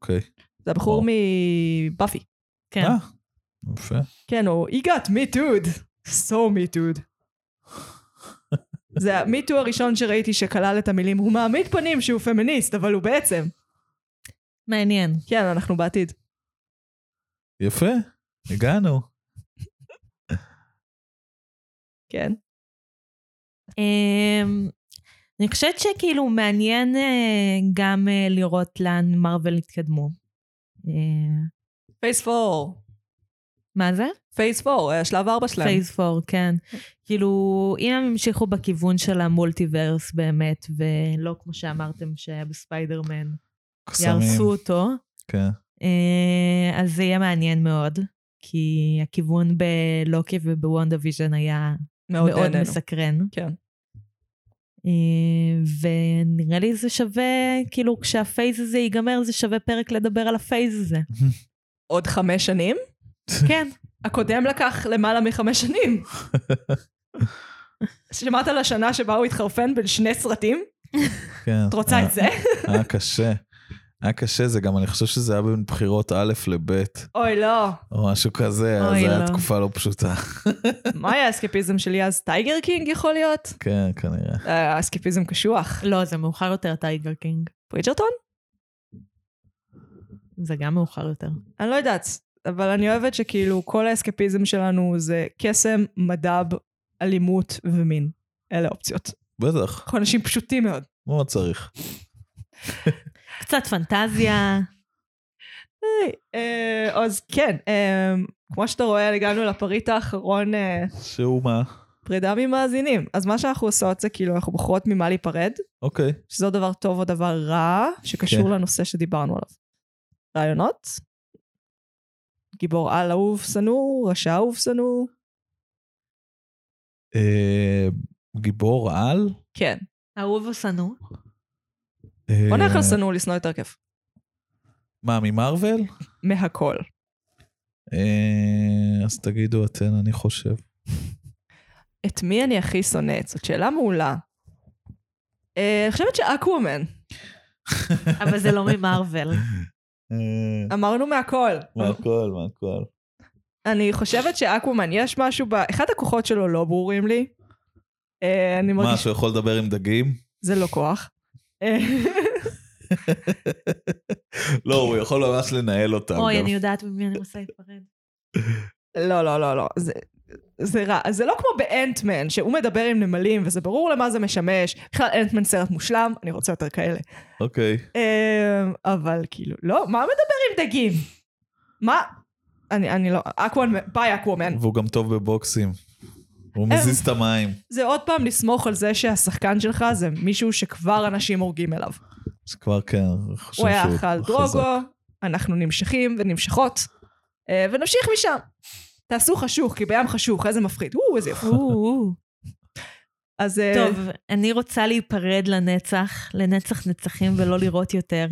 Speaker 2: אוקיי.
Speaker 1: זה הבחור
Speaker 2: וואו.
Speaker 1: מבאפי.
Speaker 3: כן.
Speaker 2: אה, יפה.
Speaker 1: כן, הוא he got me too'd, so me too'd. זה ה-me too הראשון שראיתי שכלל את המילים, הוא מעמיד פנים שהוא פמיניסט, אבל הוא בעצם.
Speaker 3: מעניין.
Speaker 1: כן, אנחנו בעתיד.
Speaker 2: יפה, הגענו.
Speaker 1: כן.
Speaker 3: אמ, אני חושבת שכאילו מעניין אה, גם אה, לראות לאן מרוויל התקדמו. אה,
Speaker 1: פייס 4.
Speaker 3: מה זה?
Speaker 1: פייס 4, אה, השלב 4 שלהם.
Speaker 3: פייס 4, כן. כאילו, אם הם המשיכו בכיוון של המולטיברס באמת, ולא כמו שאמרתם שהיה בספיידרמן, יהרסו
Speaker 2: קסמים.
Speaker 3: אותו,
Speaker 2: כן.
Speaker 3: אה, אז זה יהיה מעניין מאוד, כי הכיוון בלוקי ובוונדה ויז'ן היה
Speaker 1: מאוד
Speaker 3: מאוד
Speaker 1: נהנינו.
Speaker 3: מסקרן.
Speaker 1: כן.
Speaker 3: אה, ונראה לי זה שווה, כאילו, כשהפייז הזה ייגמר, זה שווה פרק לדבר על הפייז הזה.
Speaker 1: עוד חמש שנים?
Speaker 3: כן.
Speaker 1: הקודם לקח למעלה מחמש שנים. שמעת על השנה שבה הוא התחרפן בין שני סרטים?
Speaker 2: כן.
Speaker 1: את רוצה
Speaker 2: אה,
Speaker 1: את זה?
Speaker 2: היה קשה. היה קשה, זה גם, אני חושב שזה היה בין בחירות א' לב',
Speaker 1: אוי, לא.
Speaker 2: או משהו כזה, אז
Speaker 3: אוי,
Speaker 2: הייתה
Speaker 3: לא.
Speaker 2: תקופה לא פשוטה.
Speaker 1: מה היה האסקפיזם שלי אז? טייגר קינג יכול להיות?
Speaker 2: כן, כנראה.
Speaker 1: אה, אסקפיזם קשוח.
Speaker 3: לא, זה מאוחר יותר, טייגר קינג.
Speaker 1: פריג'רטון?
Speaker 3: זה גם מאוחר יותר.
Speaker 1: אני לא יודעת, אבל אני אוהבת שכאילו כל האסקפיזם שלנו זה קסם, מדב, אלימות ומין. אלה האופציות.
Speaker 2: בטח,
Speaker 1: אנחנו אנשים פשוטים מאוד.
Speaker 2: מה צריך?
Speaker 3: קצת פנטזיה.
Speaker 1: היי, אה, אז כן, אה, כמו שאתה רואה, הגענו לפריט האחרון אה,
Speaker 2: שהוא מה?
Speaker 1: פרידה ממאזינים. אז מה שאנחנו עושות זה כאילו, אנחנו בוחרות ממה להיפרד,
Speaker 2: אוקיי.
Speaker 1: שזה או דבר טוב או דבר רע, שקשור
Speaker 2: כן.
Speaker 1: לנושא שדיברנו עליו. רעיונות? גיבור על אהוב שנוא, רשע אהוב שנוא.
Speaker 2: אה, גיבור על?
Speaker 1: כן.
Speaker 3: אהוב או שנוא?
Speaker 2: אה,
Speaker 1: בוא נלך על שנוא לשנוא יותר כיף.
Speaker 2: מה, ממרוויל?
Speaker 1: מהכל.
Speaker 2: אה, אז תגידו אתן, אני חושב.
Speaker 1: את מי אני הכי שונאת? זאת שאלה מעולה. אה, אני חושבת שאקוומן.
Speaker 3: אבל זה לא ממרוויל.
Speaker 2: אה,
Speaker 1: אמרנו מהכל.
Speaker 2: מהכל, מהכל.
Speaker 1: אני חושבת שאקוומן, יש משהו ב... אחד הכוחות שלו לא ברורים לי. אה, אני
Speaker 2: מה,
Speaker 1: מרגיש...
Speaker 2: שהוא יכול לדבר עם דגים?
Speaker 1: זה לא כוח. אה,
Speaker 2: לא, הוא יכול ממש לנהל אותם.
Speaker 3: אוי,
Speaker 2: גם.
Speaker 3: אני יודעת ממי אני רוצה להיפרד.
Speaker 1: לא, לא, לא, לא. זה... זה רע. אז זה לא כמו באנטמן, שהוא מדבר עם נמלים, וזה ברור למה זה משמש. בכלל, אנטמן סרט מושלם, אני רוצה יותר כאלה.
Speaker 2: אוקיי.
Speaker 1: אמ, אבל כאילו, לא, מה מדבר עם דגים? מה? אני, אני לא, אקוואן, ביי אקוואמן.
Speaker 2: והוא גם טוב בבוקסים. הוא
Speaker 1: אה.
Speaker 2: מזיז את המים.
Speaker 1: זה עוד פעם לסמוך על זה שהשחקן שלך זה מישהו שכבר אנשים הורגים אליו.
Speaker 2: אז כבר כן, אני חושב
Speaker 1: הוא היה
Speaker 2: שהוא
Speaker 1: אכל
Speaker 2: חזק.
Speaker 1: דרוגו, אנחנו נמשכים ונמשכות, אה, ונמשיך משם. תעשו חשוך, כי בים חשוך, איזה מפחיד. וואו, איזה יפה. אז... אה,
Speaker 3: טוב, אני רוצה להיפרד לנצח, לנצח נצחים ולא לראות יותר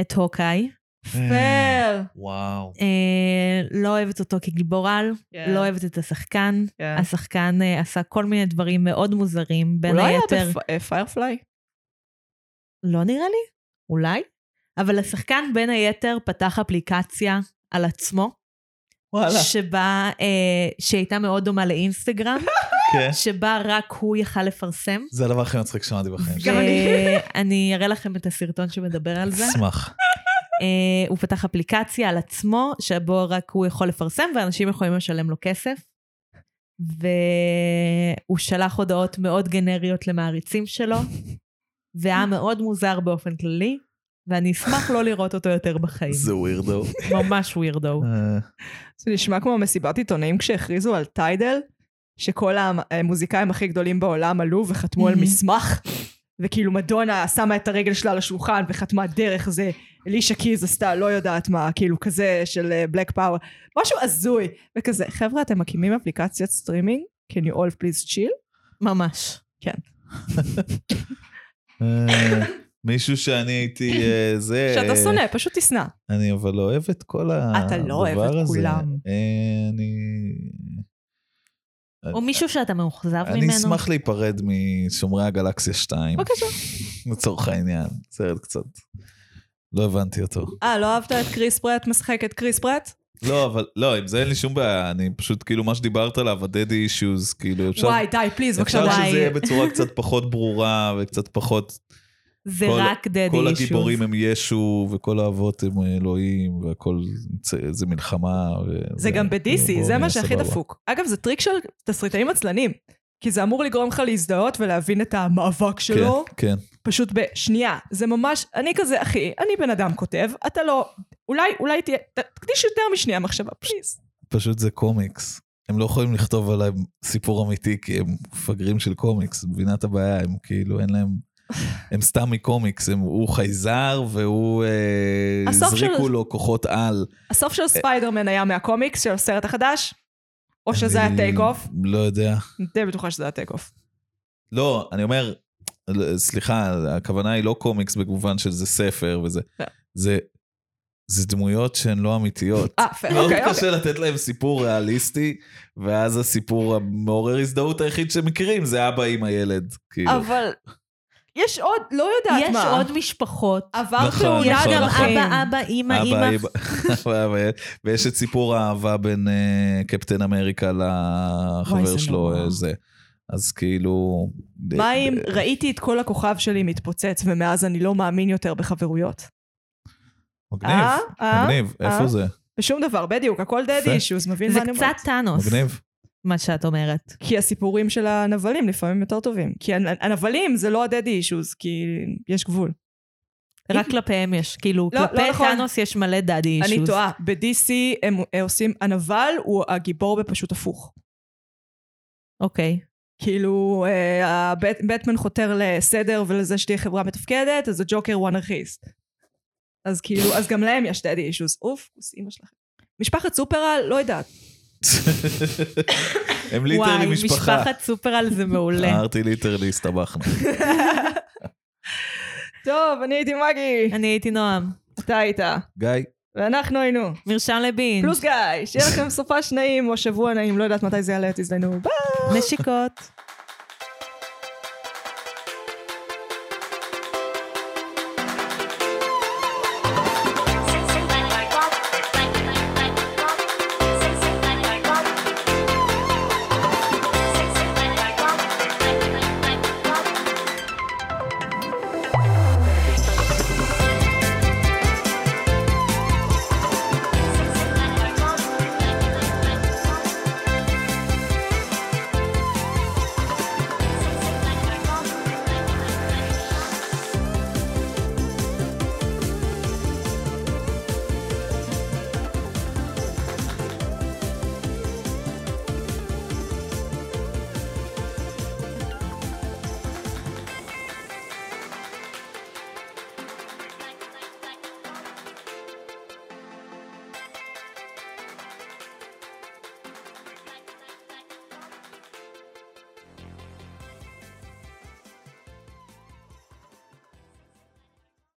Speaker 3: את הוקאי.
Speaker 1: פייר.
Speaker 2: וואו.
Speaker 3: אה, לא אוהבת אותו כגיבור על, לא אוהבת את השחקן.
Speaker 1: כן.
Speaker 3: השחקן אה, עשה כל מיני דברים מאוד מוזרים,
Speaker 1: הוא
Speaker 3: בין
Speaker 1: לא היה
Speaker 3: היתר...
Speaker 2: אה,
Speaker 1: בפיירפליי?
Speaker 3: לא נראה לי, אולי. אבל השחקן בין היתר פתח אפליקציה על עצמו,
Speaker 2: וואלה.
Speaker 3: שבה, אה, שהייתה מאוד דומה לאינסטגרם,
Speaker 2: כן.
Speaker 3: שבה רק הוא יכל לפרסם. אה,
Speaker 2: זה הדבר הכי מצחיק ששמעתי בחיים שלי.
Speaker 1: גם אני.
Speaker 3: אני אראה לכם את הסרטון שמדבר על זה.
Speaker 2: אשמח.
Speaker 3: אה, הוא פתח אפליקציה על עצמו, שבו רק הוא יכול לפרסם, ואנשים יכולים לשלם לו כסף. והוא שלח הודעות מאוד גנריות למעריצים שלו, והיה מאוד מוזר באופן כללי, ואני אשמח לא לראות אותו יותר בחיים.
Speaker 2: זה ווירדו.
Speaker 3: ממש ווירדו.
Speaker 2: אה,
Speaker 1: זה נשמע כמו מסיבת עיתונאים כשהכריזו על טיידל, שכל אה, המוזיקאים הכי גדולים בעולם עלו וחתמו על
Speaker 3: Mhm.
Speaker 1: מסמך, וכאילו מדונה שמה את הרגל שלה על השולחן וחתמה דרך זה, אלישה קיז עשתה לא יודעת מה, כאילו כזה של בלק פאוור, משהו הזוי, וכזה, חבר'ה אתם מקימים אפליקציית סטרימינג? can you all please chill?
Speaker 3: ממש.
Speaker 2: אה, מישהו שאני הייתי אה, זה...
Speaker 1: שאתה שונא, פשוט תשנא.
Speaker 2: אני אבל לא אוהב את כל הדבר הזה.
Speaker 1: אתה לא אוהב את כולם.
Speaker 2: אה, אני...
Speaker 3: או מישהו שאתה מאוכזב ממנו.
Speaker 2: אה, אני אשמח להיפרד משומרי הגלקסיה 2,
Speaker 1: בבקשה. אוקיי.
Speaker 2: לצורך העניין. סרט קצת. לא הבנתי אותו.
Speaker 1: אה, לא אהבת את קריס פרט משחק את קריס פרט?
Speaker 2: לא, אבל לא, עם זה אין לי שום בעיה. אני פשוט, כאילו, מה שדיברת עליו, ה-daddy issues, כאילו, אפשר...
Speaker 1: וואי, די, פליז, בבקשה,
Speaker 2: אפשר
Speaker 1: די.
Speaker 2: שזה יהיה בצורה קצת פחות ברורה וקצת פחות
Speaker 3: זה
Speaker 2: כל-
Speaker 3: רק דדי
Speaker 2: כל
Speaker 3: אישוז.
Speaker 2: הגיבורים הם ישו, וכל האבות הם אלוהים, והכל זה- זה מלחמה. ו-
Speaker 1: זה גם ב-DC, זה
Speaker 2: בואו
Speaker 1: מה
Speaker 2: נהיה
Speaker 1: שהכי
Speaker 2: סבבה.
Speaker 1: דפוק. אגב, זה טריק של תסריטאים עצלנים, כי זה אמור לגרום לך להזדהות ולהבין את המאבק
Speaker 2: כן,
Speaker 1: שלו,
Speaker 2: כן,
Speaker 1: פשוט בשנייה. זה ממש, אני כזה, אחי, אני בן אדם כותב, אתה לא... אולי, אולי תהיה, ת- תקדיש יותר משנייה מחשבה, פליז.
Speaker 2: פשוט זה קומיקס. הם לא יכולים לכתוב עליי סיפור אמיתי, כי הם מפגרים של קומיקס, מבינה את הבעיה, הם כאילו, אין להם... הם סתם מקומיקס, הם, הוא חייזר והוא... אה,
Speaker 1: הסוף של-
Speaker 2: הזריקו לו כוחות על.
Speaker 1: הסוף
Speaker 2: אה,
Speaker 1: של ספיידרמן היה מהקומיקס של הסרט החדש, או שזה היה
Speaker 2: אני
Speaker 1: טייק אוף,
Speaker 2: לא יודע.
Speaker 1: אני די בטוחה שזה היה טייק אוף.
Speaker 2: לא, אני אומר, לא, סליחה, הכוונה היא לא קומיקס במובן של זה ספר וזה.
Speaker 1: לא.
Speaker 2: זה, זה דמויות שהן לא אמיתיות.
Speaker 1: אה, פ-
Speaker 2: מאוד
Speaker 1: אוקיי, אוקיי.
Speaker 2: קשה לתת להם סיפור ריאליסטי, ואז הסיפור המעורר הזדהות היחיד שמכירים זה אבא עם הילד. כאילו,
Speaker 1: אבל יש עוד, לא יודעת
Speaker 3: יש
Speaker 1: מה.
Speaker 3: עוד משפחות.
Speaker 1: עבר
Speaker 2: נכון,
Speaker 1: תאונה
Speaker 2: יש
Speaker 3: יש
Speaker 2: נכון,
Speaker 1: גם
Speaker 3: גם
Speaker 2: נכון.
Speaker 1: אבא,
Speaker 3: אבא, אבא, אימא,
Speaker 2: אבא
Speaker 3: אימא.
Speaker 2: עם- אבא עם הילד. ויש את סיפור האהבה בין אה, קפטן אמריקה
Speaker 1: וואי, זה
Speaker 2: לחבר שלו,
Speaker 1: נורא.
Speaker 2: אה, זה. אז כאילו...
Speaker 1: מה אם ראיתי את כל הכוכב שלי מתפוצץ, ומאז אני לא מאמין יותר בחברויות?
Speaker 2: מגניב,
Speaker 1: אה? אה?
Speaker 2: מגניב, איפה
Speaker 1: אה?
Speaker 2: זה?
Speaker 1: בשום דבר, בדיוק, הכל דדי
Speaker 2: יפה.
Speaker 1: אישוז, מבין
Speaker 3: זה
Speaker 1: מה אני אומרת?
Speaker 3: קצת טאנוס,
Speaker 2: מגניב.
Speaker 3: מה שאת אומרת.
Speaker 1: כי הסיפורים של הנבלים לפעמים יותר טובים. כי הנ- הנבלים זה לא הדדי אישוז, כי יש גבול.
Speaker 3: רק כלפיהם יש, כאילו,
Speaker 1: לא, לא
Speaker 3: כלפי
Speaker 1: נכון.
Speaker 3: טאנוס יש מלא דדי אישוז.
Speaker 1: אני טועה, ב-DC הם אה, עושים, הנבל הוא הגיבור בפשוט הפוך.
Speaker 3: אוקיי.
Speaker 1: כאילו, אה, הבט- בטמן חותר לסדר ולזה שתהיה חברה מתפקדת, אז הג'וקר הוא אנרכיסט. אז כאילו, אז גם להם יש דדי אישוז. אוף, כוס אימא שלכם. משפחת סופרל, לא יודעת.
Speaker 2: הם ליטרלי
Speaker 3: וואי,
Speaker 2: משפחה. אה.
Speaker 3: משפחת סופרל זה מעולה.
Speaker 2: אמרתי ליטרלי, הסתבכנו.
Speaker 1: טוב, אני הייתי מגי,
Speaker 3: אני הייתי נועם.
Speaker 1: אתה היית,
Speaker 2: גיא,
Speaker 1: ואנחנו היינו.
Speaker 3: מרשם לבין.
Speaker 1: פלוס גיא, שיהיה לכם סופה שניים או שבוע נעים, לא יודעת מתי זה יעלה, תזדיינו, ביי!
Speaker 3: נשיקות.